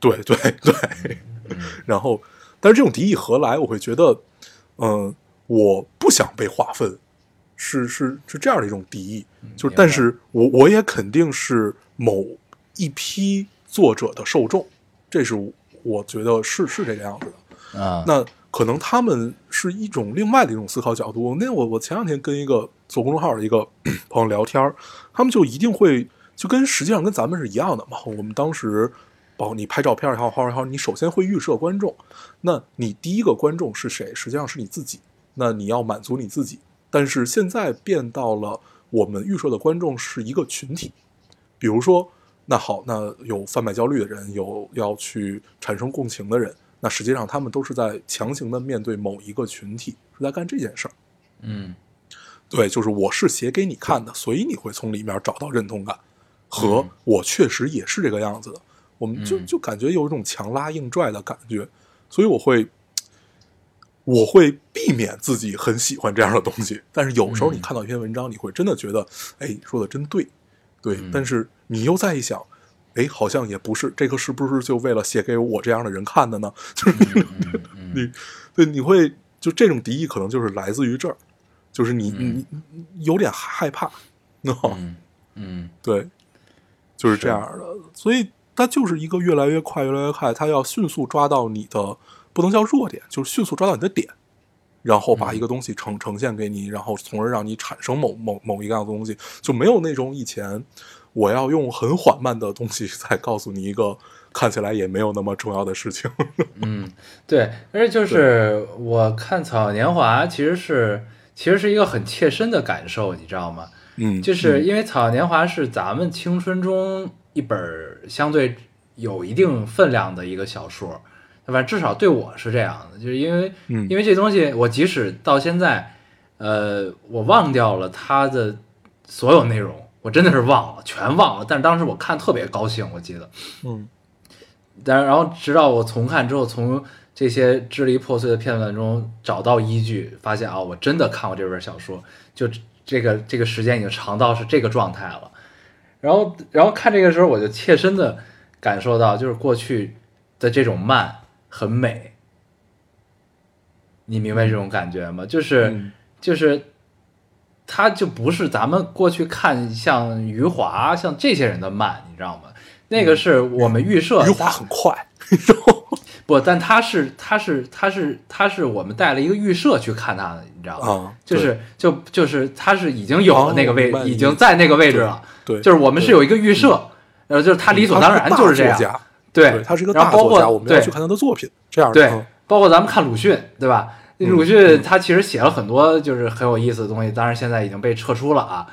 Speaker 2: 对对对，
Speaker 1: 嗯
Speaker 2: 然后但是这种敌意何来？我会觉得，嗯、我不想被划分，是是是这样的一种敌意，就是
Speaker 1: 明白
Speaker 2: 但是我我也肯定是某一批作者的受众，这是我觉得是是这个样子的。
Speaker 1: 啊，
Speaker 2: 那可能他们是一种另外的一种思考角度。那我我前两天跟一个 做公众号的一个朋友聊天儿，他们就一定会就跟实际上跟咱们是一样的嘛。我们当时，包括你拍照片也好，画也好，你首先会预设观众。那你第一个观众是谁？实际上是你自己。那你要满足你自己。但是现在变到了我们预设的观众是一个群体，比如说，那好，那有贩卖焦虑的人，有要去产生共情的人，那实际上他们都是在强行的面对某一个群体，是在干这件事儿。
Speaker 1: 嗯
Speaker 2: 对，就是我是写给你看的，所以你会从里面找到认同感，和我确实也是这个样子的。我们就
Speaker 1: 嗯
Speaker 2: 就感觉有一种强拉硬拽的感觉，所以我会我会避免自己很喜欢这样的东西。但是有时候你
Speaker 1: 嗯
Speaker 2: 看到一篇文章，你会真的觉得，哎，说的真对，对。
Speaker 1: 嗯
Speaker 2: 但是你又再一想，哎，好像也不是这个，是不是就为了写给我这样的人看的呢？就是你
Speaker 1: 嗯嗯
Speaker 2: 你对你会就这种敌意，可能就是来自于这儿，就是你、
Speaker 1: 嗯
Speaker 2: 你你有点害怕，no,
Speaker 1: 嗯嗯
Speaker 2: 对，就是这样的。所以它就是一个越来越快，越来越快，它要迅速抓到你的，不能叫弱点，就是迅速抓到你的点，然后
Speaker 1: 嗯
Speaker 2: 把一个东西呈呈现给你，然后从而让你产生某某某一样的东西，就没有那种以前我要用很缓慢的东西再告诉你一个看起来也没有那么重要的事情。
Speaker 1: 嗯，对，而且就是我看《草年华》，其实是其实是一个很切身的感受，你知道吗？
Speaker 2: 嗯，
Speaker 1: 就是因为《草年华》是咱们青春中一本儿相对有一定分量的一个小说，反正至少对我是这样的，就是因为、
Speaker 2: 嗯
Speaker 1: 因为这东西，我即使到现在，呃，我忘掉了它的所有内容，我真的是忘了，全忘了。但是当时我看特别高兴，我记得，
Speaker 2: 嗯
Speaker 1: 但然后直到我重看之后，从这些支离破碎的片段中找到依据，发现啊，我真的看过这本小说，就这个这个时间已经长到是这个状态了。然后然后看这个时候，我就切身的感受到，就是过去的这种慢很美，你明白这种感觉吗？就是、
Speaker 2: 嗯
Speaker 1: 就是。它就不是咱们过去看像余华、像这些人的慢，你知道吗？那个是我们预设
Speaker 2: 嗯余
Speaker 1: 它
Speaker 2: 华很快，
Speaker 1: 不，但他是他是他是他是我们带了一个预设去看他的，你知道吗？
Speaker 2: 啊
Speaker 1: 就是就就是他是已经有了那个位，
Speaker 2: 哦明白
Speaker 1: 已经在那个位置了。
Speaker 2: 对对嗯
Speaker 1: 就是我们是有一个预设，呃，就是他理所当然就是这
Speaker 2: 他是个大作
Speaker 1: 样。
Speaker 2: 家
Speaker 1: 对，
Speaker 2: 他是一个
Speaker 1: 然后
Speaker 2: 大
Speaker 1: 包
Speaker 2: 作家，
Speaker 1: 括
Speaker 2: 我们要
Speaker 1: 对
Speaker 2: 去看他的作品，这样的
Speaker 1: 对
Speaker 2: 嗯，
Speaker 1: 包括咱们看鲁迅，对吧？鲁迅他其实写了很多就是很有意思的东西，当然现在已经被撤出了啊，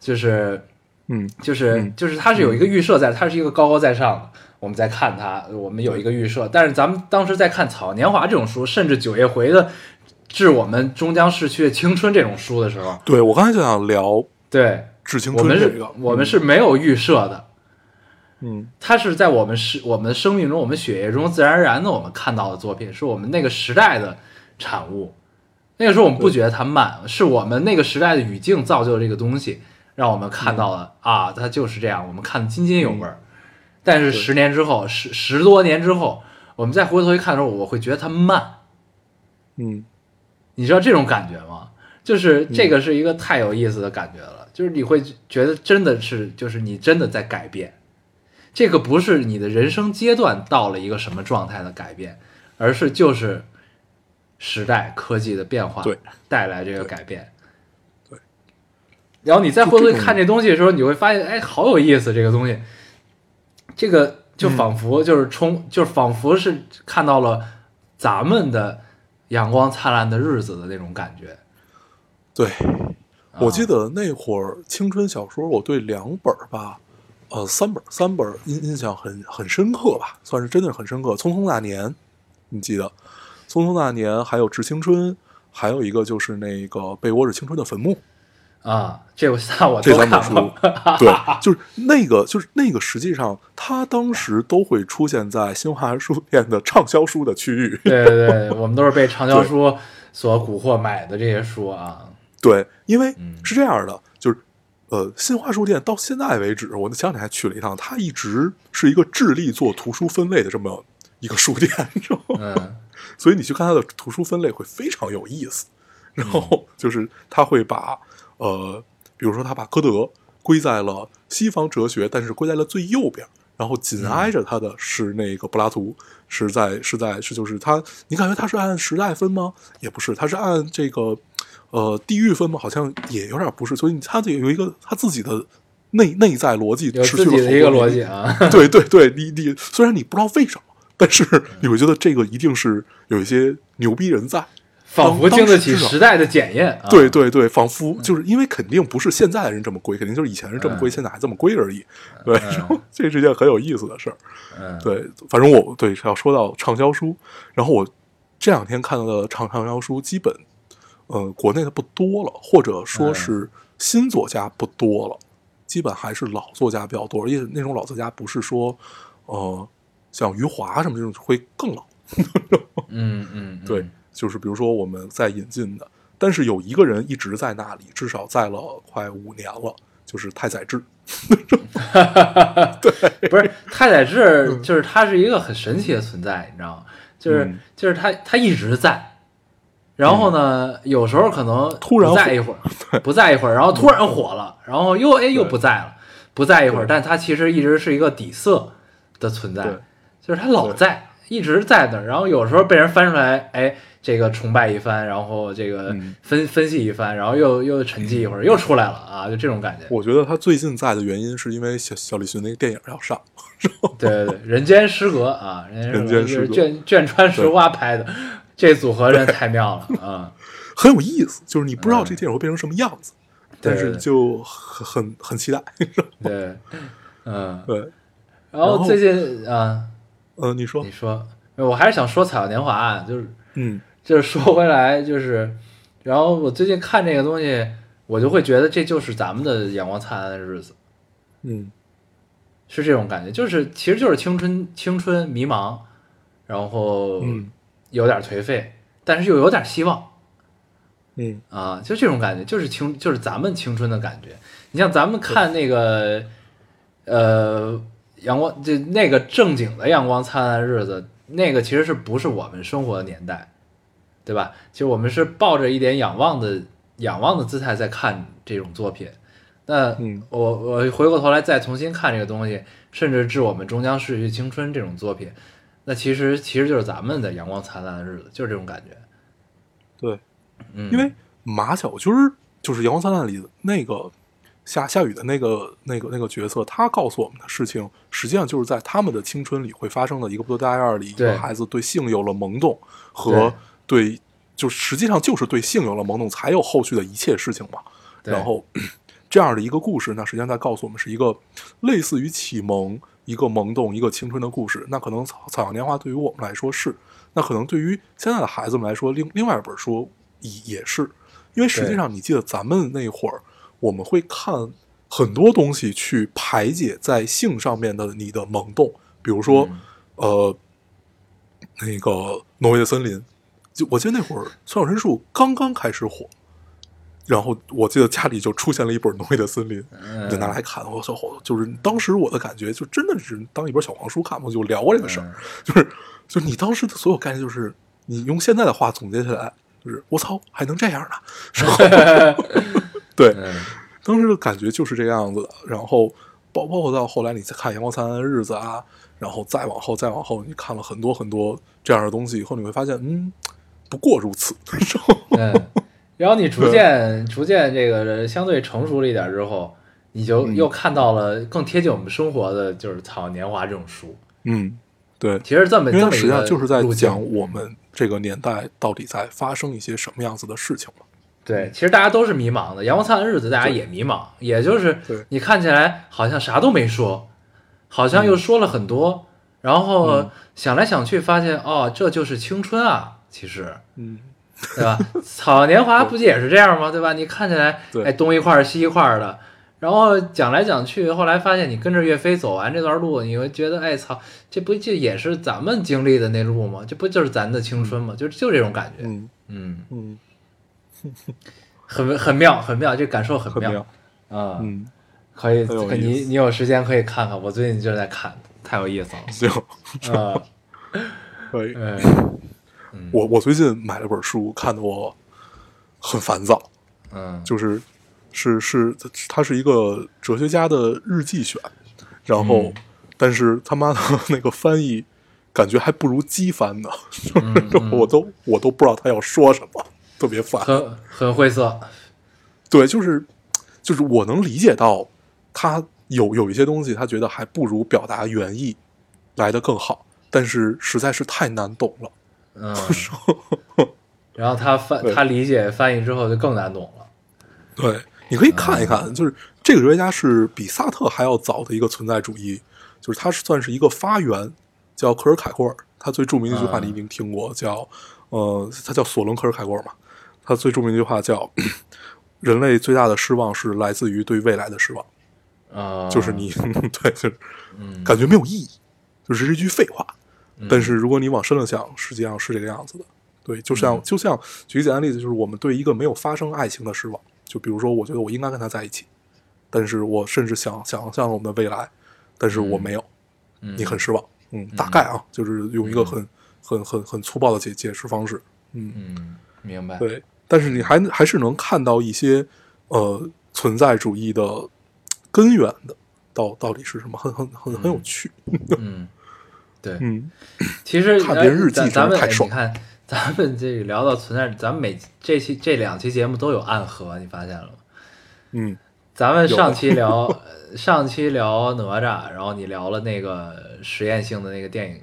Speaker 1: 就是
Speaker 2: 嗯
Speaker 1: 就是
Speaker 2: 嗯
Speaker 1: 就是他是有一个预设在，他是一个高高在上的。我们在看他，我们有一个预设，但是咱们当时在看《草年华》这种书，甚至《九夜回》的《致我们终将逝去的青春》这种书的时候，
Speaker 2: 对我刚才就想聊《
Speaker 1: 对
Speaker 2: 致青
Speaker 1: 我
Speaker 2: 春嗯
Speaker 1: 们》
Speaker 2: 这
Speaker 1: 是
Speaker 2: 个，，
Speaker 1: 我们是没有预设的，
Speaker 2: 嗯
Speaker 1: 它是在我们是我们的生命中，我们血液中自然而然的我们看到的作品，是我们那个时代的产物。那个时候我们不觉得它慢，是我们那个时代的语境造就了这个东西，让我们看到了、啊，它就是这样，我们看得津津有味儿。但是十年之后，十十多年之后，我们再回头一看的时候，我会觉得它慢。
Speaker 2: 嗯
Speaker 1: 你知道这种感觉吗？就是这个是一个太有意思的感觉了，就是你会觉得真的是，就是你真的在改变，这个不是你的人生阶段到了一个什么状态的改变，而是就是时代科技的变化
Speaker 2: 对
Speaker 1: 带来这个改变。
Speaker 2: 对
Speaker 1: 然后你再回头
Speaker 2: 就这种
Speaker 1: 看这东西的时候，你会发现，哎，好有意思，这个东西，这个就仿佛就是冲，
Speaker 2: 嗯
Speaker 1: 就是仿佛是看到了咱们的阳光灿烂的日子的那种感觉。
Speaker 2: 对，
Speaker 1: 啊
Speaker 2: 我记得那会儿青春小说，我对两本儿吧，呃，三本儿三本儿印印象很很深刻吧，算是真的很深刻。《匆匆那年》，你记得，《匆匆那年》还有《致青春》，还有一个就是那个《被窝是青春的坟墓》，
Speaker 1: 啊，这我那我
Speaker 2: 这
Speaker 1: 都
Speaker 2: 三本
Speaker 1: 看
Speaker 2: 书
Speaker 1: 过，
Speaker 2: 对，就是那个，就是那个，实际上它当时都会出现在新华书店的畅销书的区域。
Speaker 1: 对对对，我们都是被畅销
Speaker 2: 对
Speaker 1: 书所蛊惑买的这些书啊，
Speaker 2: 对，因为
Speaker 1: 嗯
Speaker 2: 是这样的，就是呃，新华书店到现在为止，我前两天还去了一趟，它一直是一个致力做图书分类的这么一个书店，你知道吗？
Speaker 1: 嗯
Speaker 2: 所以你去看它的图书分类会非常有意思。然
Speaker 1: 嗯
Speaker 2: 后 就是他会把呃，比如说他把歌德归在了西方哲学，但是归在了最右边，然后
Speaker 1: 嗯
Speaker 2: 紧挨着他的是那个柏拉图，是在是在是就是他，你感觉他是按时代分吗？也不是，他是按这个呃地域分吗？好像也有点不是，所以你他这个有一个他自己的内内在逻辑，
Speaker 1: 有
Speaker 2: 持
Speaker 1: 自
Speaker 2: 续了
Speaker 1: 己的一
Speaker 2: 好
Speaker 1: 个
Speaker 2: 多
Speaker 1: 逻
Speaker 2: 年
Speaker 1: 辑啊，
Speaker 2: 对对对，你你虽然你不知道为什么，但是
Speaker 1: 嗯
Speaker 2: 你会觉得这个一定是有一些牛逼人在。
Speaker 1: 仿佛
Speaker 2: 当
Speaker 1: 经得
Speaker 2: 当时
Speaker 1: 起
Speaker 2: 至少
Speaker 1: 时代的检验啊，
Speaker 2: 对对对，仿佛就是因为肯定不是现在的人这么归，肯定就是以前人这么归，
Speaker 1: 嗯
Speaker 2: 现在还这么归而已。对，
Speaker 1: 嗯
Speaker 2: 然后 这是件很有意思的事儿。
Speaker 1: 嗯，
Speaker 2: 对，反正我对要说到畅销书，然后我这两天看到的畅畅销书，基本呃国内的不多了，或者说是新作家不多了，基本还是老作家比较多，而且那种老作家不是说呃像余华什么这种会更老，
Speaker 1: 嗯嗯，嗯
Speaker 2: 对，就是比如说我们在引进的，但是有一个人一直在那里，至少在了快五年了，就是太宰治。
Speaker 1: 不是太宰 治，就是他是一个很神奇的存在，你知道吗？就是、
Speaker 2: 嗯
Speaker 1: 就是他他一直在，然后呢，有时候可能
Speaker 2: 突然
Speaker 1: 不在
Speaker 2: 火
Speaker 1: 一会儿，不在一会儿，然后突然火了，然后又哎又不在了，不在一会儿，但他其实一直是一个底色的存在
Speaker 2: 对，
Speaker 1: 就是他老
Speaker 2: 对
Speaker 1: 在，一直在那儿，然后有时候被人翻出来，哎。这个崇拜一番，然后这个
Speaker 2: 嗯
Speaker 1: 分、分析一番，然后又又沉寂一会儿，又出来了啊，就这种感觉。
Speaker 2: 我觉得他最近在的原因是因为小小李旬那个电影要上，
Speaker 1: 对对对，人间失格啊，人
Speaker 2: 人
Speaker 1: 间
Speaker 2: 间
Speaker 1: 失
Speaker 2: 失
Speaker 1: 格
Speaker 2: 格
Speaker 1: 就是卷卷川石花拍的，这组合真太妙了啊！
Speaker 2: 很有意思，就是你不知道这电影会变成什么样子，
Speaker 1: 嗯对
Speaker 2: 但是就很很很期待。
Speaker 1: 对， 嗯，
Speaker 2: 对，
Speaker 1: 然后最近啊，
Speaker 2: 呃，你说
Speaker 1: 你，说，我还是想说《彩虹年华》啊，就是
Speaker 2: 嗯
Speaker 1: 就是说回来就是，然后我最近看这个东西，我就会觉得这就是咱们的阳光灿烂的日子，
Speaker 2: 嗯，
Speaker 1: 是这种感觉，就是其实就是青春青春迷茫，然后
Speaker 2: 嗯
Speaker 1: 有点颓废，但是又有点希望。
Speaker 2: 嗯
Speaker 1: 啊，就这种感觉，就是青，就是咱们青春的感觉。你像咱们看那个，呃，阳光，就那个正经的阳光灿烂的日子，那个其实是不是我们生活的年代，对吧？其实我们是抱着一点仰望的仰望的姿态在看这种作品。那
Speaker 2: 嗯
Speaker 1: 我我回过头来再重新看这个东西，甚至致我们终将逝去青春这种作品，那其实其实就是咱们的阳光灿烂的日子，就是这种感觉。
Speaker 2: 对，
Speaker 1: 嗯，
Speaker 2: 因为马小军儿就是《阳光灿烂》里的那个下下雨的那个那个那个角色，他告诉我们的事情，实际上就是在他们的青春里会发生的一个不得大院里，一
Speaker 1: 对
Speaker 2: 个孩子对性有了懵懂
Speaker 1: 对
Speaker 2: 和对，就实际上就是对性有了懵懂，才有后续的一切事情嘛。
Speaker 1: 对
Speaker 2: 然后 这样的一个故事，那实际上在告诉我们是一个类似于启蒙、一个懵懂、一个青春的故事。那可能《草草样年华》对于我们来说是，那可能对于现在的孩子们来说，另另外一本书也也是，因为实际上你记得咱们那会儿，我们会看很多东西去排解在性上面的你的懵懂，比如
Speaker 1: 嗯
Speaker 2: 说、呃那个《挪威的森林》。就我记得那会儿，村上春树刚刚开始火，然后我记得家里就出现了一本《挪威的森林》，
Speaker 1: 嗯
Speaker 2: 我就拿来看。我小伙子就是当时我的感觉，就真的是当一本小黄书看。我就聊过这个事儿，
Speaker 1: 嗯
Speaker 2: 就是就是你当时的所有概念，就是你用现在的话总结起来，就是我操，还能这样呢？ 然后对，
Speaker 1: 嗯
Speaker 2: 当时的感觉就是这样子的。然后包包括到后来你再看《阳光灿烂的日子》啊，然后再往后再往后，你看了很多很多这样的东西以后，你会发现，嗯，不过如此。然 后
Speaker 1: 嗯，然后你逐 渐逐渐这个相对成熟了一点之后，你就
Speaker 2: 嗯
Speaker 1: 又看到了更贴近我们生活的就是《草样年华》这种书。
Speaker 2: 嗯，对，
Speaker 1: 其实这么
Speaker 2: 因为
Speaker 1: 这
Speaker 2: 它
Speaker 1: 么一
Speaker 2: 实际上
Speaker 1: 个
Speaker 2: 就是在
Speaker 1: 路
Speaker 2: 讲
Speaker 1: 径，
Speaker 2: 我们这个年代到底在发生一些什么样子的事情嘛。
Speaker 1: 对，其实大家都是迷茫的。《阳光灿烂的日子》大家也迷茫，也就是
Speaker 2: 对
Speaker 1: 你看起来好像啥都没说，好像
Speaker 2: 嗯
Speaker 1: 又说了很多，然后想来想去发现，哦，这就是青春啊！其实，
Speaker 2: 嗯，
Speaker 1: 对吧？《草年华》不也是这样吗？对吧？你看起来
Speaker 2: 对
Speaker 1: 哎东一块儿西一块儿的，然后讲来讲去，后来发现你跟着岳飞走完这段路，你会觉得哎操，这不就也是咱们经历的那路吗？这不就是咱的青春吗？就就这种感觉，
Speaker 2: 嗯
Speaker 1: 嗯，
Speaker 2: 嗯，
Speaker 1: 很很妙，很妙，这感受很
Speaker 2: 很
Speaker 1: 妙
Speaker 2: 妙，
Speaker 1: 啊、
Speaker 2: 嗯，
Speaker 1: 可以，
Speaker 2: 很有
Speaker 1: 可
Speaker 2: 意
Speaker 1: 你
Speaker 2: 思
Speaker 1: 你有时间可以看看，我最近就在看，太有意思了
Speaker 2: 行，
Speaker 1: 啊，
Speaker 2: 可以。
Speaker 1: 嗯，
Speaker 2: 我我最近买了本书，看得我很烦躁，
Speaker 1: 嗯，
Speaker 2: 就是是是，它它是一个哲学家的日记选，然后、
Speaker 1: 嗯
Speaker 2: 但是他妈的 那个翻译感觉还不如机翻呢，
Speaker 1: 嗯嗯
Speaker 2: 我都我都不知道他要说什么，特别烦。
Speaker 1: 很很晦涩，
Speaker 2: 对，就是就是我能理解到他有有一些东西，他觉得还不如表达原意来的更好，但是实在是太难懂了。
Speaker 1: 嗯， 然后他翻
Speaker 2: 对
Speaker 1: 他理解翻译之后就更难懂了，
Speaker 2: 对，你可以看一看，就是这个哲学家是比萨特还要早的一个存在主义，就是他是算是一个发源，叫克尔凯郭尔。他最著名的一句话
Speaker 1: 嗯
Speaker 2: 你一定听过，叫呃，他叫索伦·克尔凯郭尔嘛。他最著名的一句话叫 “人类最大的失望是来自于对未来的失望”，
Speaker 1: 啊、
Speaker 2: 就是你 对，就是
Speaker 1: 嗯
Speaker 2: 感觉没有意义，就是一句废话。但是如果你往深了想，实际上是这个样子的。对，就像、就像举个简单例子，就是我们对一个没有发生爱情的失望，就比如说，我觉得我应该跟他在一起，但是我甚至想想象了我们的未来，但是我没有，你很失望。嗯，大概啊，就是用一个很、很很很粗暴的解解释方式。
Speaker 1: 嗯，明白，
Speaker 2: 对，但是你还还是能看到一些呃存在主义的根源的，到到底是什么，很很很很有趣。
Speaker 1: 嗯，对，
Speaker 2: 嗯，
Speaker 1: 其实哎
Speaker 2: 看别人日记
Speaker 1: 咱咱
Speaker 2: 真是
Speaker 1: 们哎
Speaker 2: 太爽
Speaker 1: 你看， 咱们这个聊到存在，咱们每这期这两期节目都有暗合，你发现了吗？
Speaker 2: 嗯，
Speaker 1: 咱们上期聊 呃上期聊哪吒，然后你聊了那个实验性的那个电影，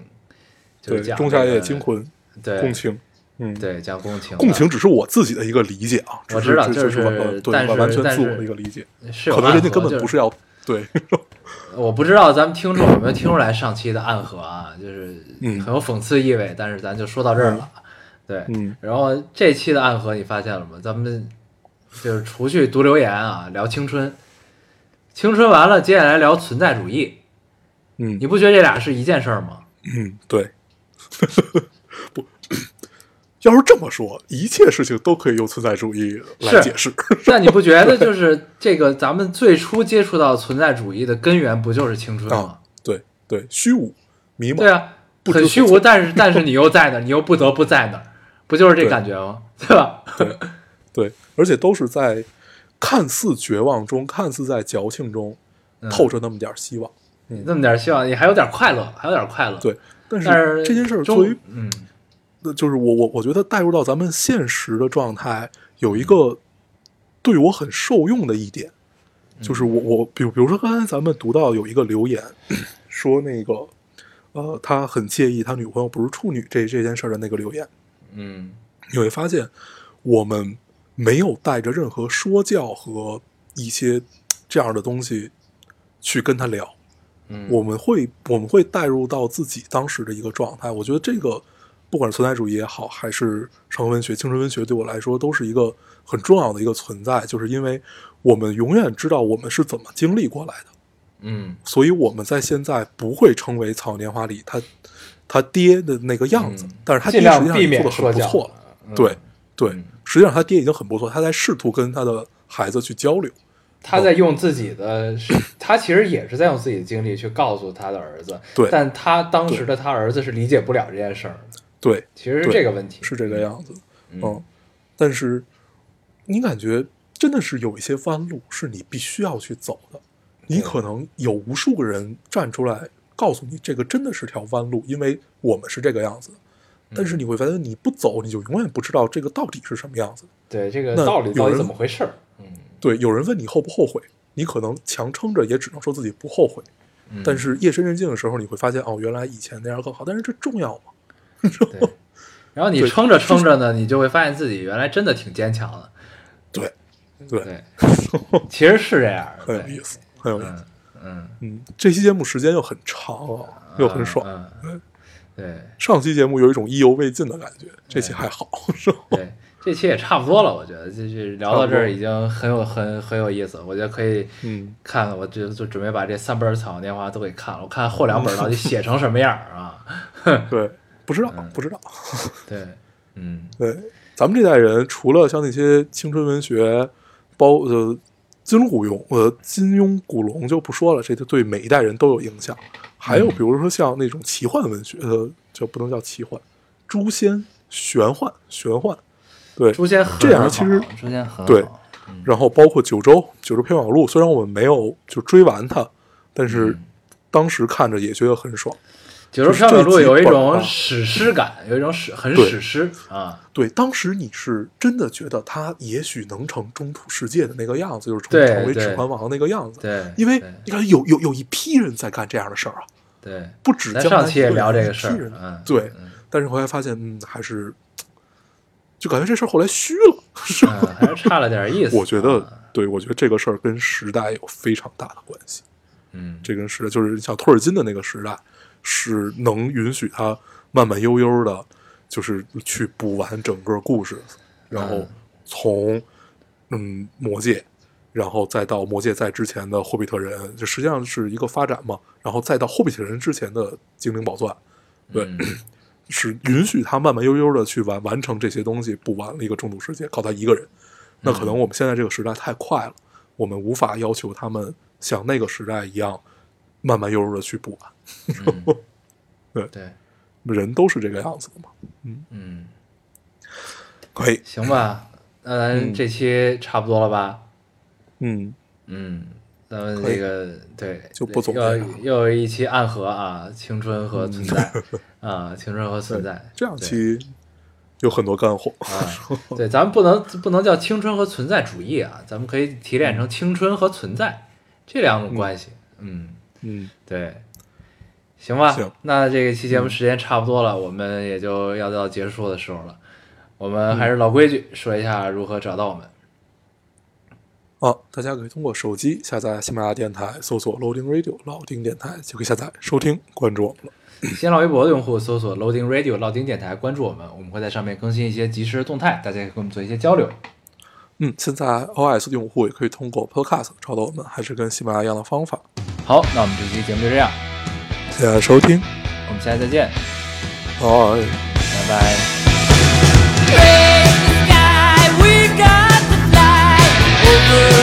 Speaker 1: 就
Speaker 2: 对，
Speaker 1: 是讲
Speaker 2: 仲夏
Speaker 1: 这
Speaker 2: 夜
Speaker 1: 个
Speaker 2: 惊，魂，
Speaker 1: 对
Speaker 2: 共情，嗯，
Speaker 1: 对，讲共情的，
Speaker 2: 共情只是我自己的一个理解啊，
Speaker 1: 我
Speaker 2: 只
Speaker 1: 知道
Speaker 2: 这
Speaker 1: 就是是
Speaker 2: 完对
Speaker 1: 但
Speaker 2: 完
Speaker 1: 是
Speaker 2: 完全
Speaker 1: 但
Speaker 2: 自我
Speaker 1: 是
Speaker 2: 的一个理解，
Speaker 1: 是有
Speaker 2: 可能人
Speaker 1: 暗
Speaker 2: 家
Speaker 1: 合
Speaker 2: 根本
Speaker 1: 就是
Speaker 2: 不是要对，
Speaker 1: 呃我不知道咱们听众有没有听出来上期的暗合啊，就是
Speaker 2: 嗯
Speaker 1: 很有讽刺意味，但是咱就说到这儿了。对，
Speaker 2: 嗯
Speaker 1: 然后这期的暗合你发现了吗？咱们就是除去读留言啊，聊青春，青春完了，接下来聊存在主义，
Speaker 2: 嗯
Speaker 1: 你不觉得这俩是一件事儿吗？
Speaker 2: 嗯，对，不，要是这么说，一切事情都可以用存在主义来
Speaker 1: 是
Speaker 2: 解释，
Speaker 1: 那你不觉得就是这个咱们最初接触到存在主义的根源不就是青春吗
Speaker 2: 啊？，对对，虚无、迷茫，
Speaker 1: 对啊，
Speaker 2: 不知
Speaker 1: 很
Speaker 2: 所
Speaker 1: 虚无，
Speaker 2: 措
Speaker 1: 但是但是你又在那儿，你又不得不在那儿，不就是这
Speaker 2: 对
Speaker 1: 感觉吗？对吧？
Speaker 2: 对，而且都是在看似绝望中，看似在矫情中
Speaker 1: 嗯
Speaker 2: 透着那么点儿希望，
Speaker 1: 那么点儿希望，你还有点快乐，还有点快乐。，
Speaker 2: 对。但
Speaker 1: 但是
Speaker 2: 是这件事儿
Speaker 1: 中
Speaker 2: 作为
Speaker 1: 嗯
Speaker 2: 那就是我我我觉得带入到咱们现实的状态，有一个对我很受用的一点，就是我我比如比如说刚才咱们读到有一个留言说那个呃他很介意他女朋友不是处女这这件事儿的那个留言，
Speaker 1: 嗯
Speaker 2: 你会发现我们没有带着任何说教和一些这样的东西去跟他聊，
Speaker 1: 嗯，
Speaker 2: 我们会我们会带入到自己当时的一个状态。我觉得这个不管是存在主义也好，还是长文学、青春文学，对我来说都是一个很重要的一个存在，就是因为我们永远知道我们是怎么经历过来的，
Speaker 1: 嗯
Speaker 2: 所以我们在现在不会成为《草年华》里他他爹的那个样子，
Speaker 1: 嗯
Speaker 2: 但是他爹
Speaker 1: 尽
Speaker 2: 实际
Speaker 1: 量
Speaker 2: 上
Speaker 1: 避
Speaker 2: 也
Speaker 1: 免
Speaker 2: 做的
Speaker 1: 说
Speaker 2: 很不
Speaker 1: 教
Speaker 2: 错了。
Speaker 1: 了。
Speaker 2: 对
Speaker 1: 嗯，
Speaker 2: 对，实际上他爹已经很不错，他在试图跟他的孩子去交流。
Speaker 1: 他在用自己的，他其实也是在用自己的经历去告诉他的儿子，
Speaker 2: 对
Speaker 1: 但他当时的他儿子是理解不了这件事儿的，
Speaker 2: 对，
Speaker 1: 其实是
Speaker 2: 对
Speaker 1: 这个问题。
Speaker 2: 是这个样子。
Speaker 1: 嗯
Speaker 2: 但是你感觉真的是有一些弯路是你必须要去走的，你可能有无数个人站出来告诉你这个真的是条弯路，因为我们是这个样子的。
Speaker 1: 嗯
Speaker 2: 但是你会发现你不走，你就永远不知道这个到底是什么样子。
Speaker 1: 对这个
Speaker 2: 那
Speaker 1: 道理
Speaker 2: 有
Speaker 1: 到底
Speaker 2: 人
Speaker 1: 怎么回事儿？嗯
Speaker 2: 对，有人问你后不后悔，你可能强撑着也只能说自己不后悔。
Speaker 1: 嗯，
Speaker 2: 但是夜深人静的时候，你会发现哦，原来以前那样更好。但是这重要吗？
Speaker 1: 对，然后你
Speaker 2: 对
Speaker 1: 撑着撑着呢，你就会发现自己原来真的挺坚强的。
Speaker 2: 对，对，
Speaker 1: 嗯
Speaker 2: 哎
Speaker 1: 对，其实是这样的，
Speaker 2: 很有
Speaker 1: 对
Speaker 2: 意思，很有意思。
Speaker 1: 嗯嗯，
Speaker 2: 嗯，这期节目时间又很长啊，又很爽。
Speaker 1: 嗯，嗯对
Speaker 2: 上期节目有一种意犹未尽的感觉，这期还好，是吧？
Speaker 1: 对，这期也差不多了，我觉得就是聊到这儿已经很有很很有意思了，我觉得可以
Speaker 2: 嗯，
Speaker 1: 看了，我就就准备把这三本《草原年华》都给看了，我看后两本到底写成什么样儿啊？
Speaker 2: 对，不知道，
Speaker 1: 嗯
Speaker 2: 不知道。
Speaker 1: 对，嗯，
Speaker 2: 对，咱们这代人除了像那些青春文学，包呃金庸古庸呃金庸古龙就不说了，这就对每一代人都有影响。还
Speaker 1: 嗯
Speaker 2: 有比如说像那种奇幻文学，呃，就不能叫奇幻，诛仙、玄幻、玄幻，对，
Speaker 1: 诛仙很
Speaker 2: 这两
Speaker 1: 好
Speaker 2: 个其实
Speaker 1: 诛仙很
Speaker 2: 对
Speaker 1: 好，嗯
Speaker 2: 然后包括九州《九州缥缈录》，虽然我们没有就追完它，但是
Speaker 1: 嗯
Speaker 2: 当时看着也觉得很爽。
Speaker 1: 九州缥缈录有一种
Speaker 2: 啊
Speaker 1: 史诗感，有一种史很
Speaker 2: 对
Speaker 1: 史诗啊，
Speaker 2: 对，当时你是真的觉得它也许能成中土世界的那个样子，就是成
Speaker 1: 对
Speaker 2: 成为
Speaker 1: 对
Speaker 2: 指环王那个样子。
Speaker 1: 对，
Speaker 2: 因为
Speaker 1: 对
Speaker 2: 你看有有有一批人在干这样的事儿啊，
Speaker 1: 对，
Speaker 2: 不止
Speaker 1: 咱
Speaker 2: 江南
Speaker 1: 上期也聊这个事
Speaker 2: 一批
Speaker 1: 儿
Speaker 2: 人，
Speaker 1: 嗯，
Speaker 2: 对
Speaker 1: 嗯，
Speaker 2: 但是后来发现，嗯，还是就感觉这事儿后来虚了，是吧？
Speaker 1: 嗯，还是差了点意思。
Speaker 2: 我觉
Speaker 1: 啊
Speaker 2: 得，对我觉得这个事儿跟时代有非常大的关系。
Speaker 1: 嗯，
Speaker 2: 这跟时代就是像托尔金的那个时代，是能允许他慢慢悠悠的，就是去补完整个故事，然后
Speaker 1: 嗯
Speaker 2: 从嗯魔戒，然后再到魔戒在之前的霍比特人，这实际上是一个发展嘛，然后再到霍比特人之前的精灵宝钻，对，
Speaker 1: 嗯
Speaker 2: 是允许他慢慢悠悠的去完完成这些东西，补完了一个中土世界，靠他一个人。那可
Speaker 1: 嗯
Speaker 2: 能我们现在这个时代太快了，我们无法要求他们像那个时代一样慢慢悠悠的去补完。
Speaker 1: 嗯
Speaker 2: 对
Speaker 1: 对，
Speaker 2: 人都是这个样子的嘛？嗯
Speaker 1: 嗯，
Speaker 2: 可以，
Speaker 1: 行吧，那咱
Speaker 2: 嗯
Speaker 1: 这期差不多了吧？
Speaker 2: 嗯，
Speaker 1: 嗯，咱们
Speaker 2: 可以
Speaker 1: 这个对
Speaker 2: 就不总结
Speaker 1: 又
Speaker 2: 了
Speaker 1: 又有一期暗合啊，青春和存在
Speaker 2: 嗯
Speaker 1: 啊，青春和存在，
Speaker 2: 这两
Speaker 1: 对
Speaker 2: 期有很多干货。
Speaker 1: 啊，对，咱们不能不能叫青春和存在主义啊，咱们可以提炼成青春和存在这两种关系。嗯，
Speaker 2: 嗯，
Speaker 1: 对，行吧。
Speaker 2: 行
Speaker 1: 那这一期节目时间差不多了，我们也就要到结束的时候了。我
Speaker 2: 嗯
Speaker 1: 们还是老规矩，说一下如何找到我们。
Speaker 2: 啊，大家可以通过手机下载喜马拉雅电台，搜索 Loading Radio 老丁电台就可以下载收听，关注我们了。
Speaker 1: 新浪微博的用户搜索 Loading Radio 老丁电台，关注我们，我们会在上面更新一些即时的动态，大家可以跟我们做一些交流。
Speaker 2: 嗯，现在 iOS 用户也可以通过 Podcast 找到我们，还是跟喜马拉雅一样的方法。
Speaker 1: 好，那我们这期节目就这样，
Speaker 2: 谢谢大家收听，
Speaker 1: 我们下期再见，
Speaker 2: 哦。
Speaker 1: 拜拜。
Speaker 4: Break the sky, we got to fly over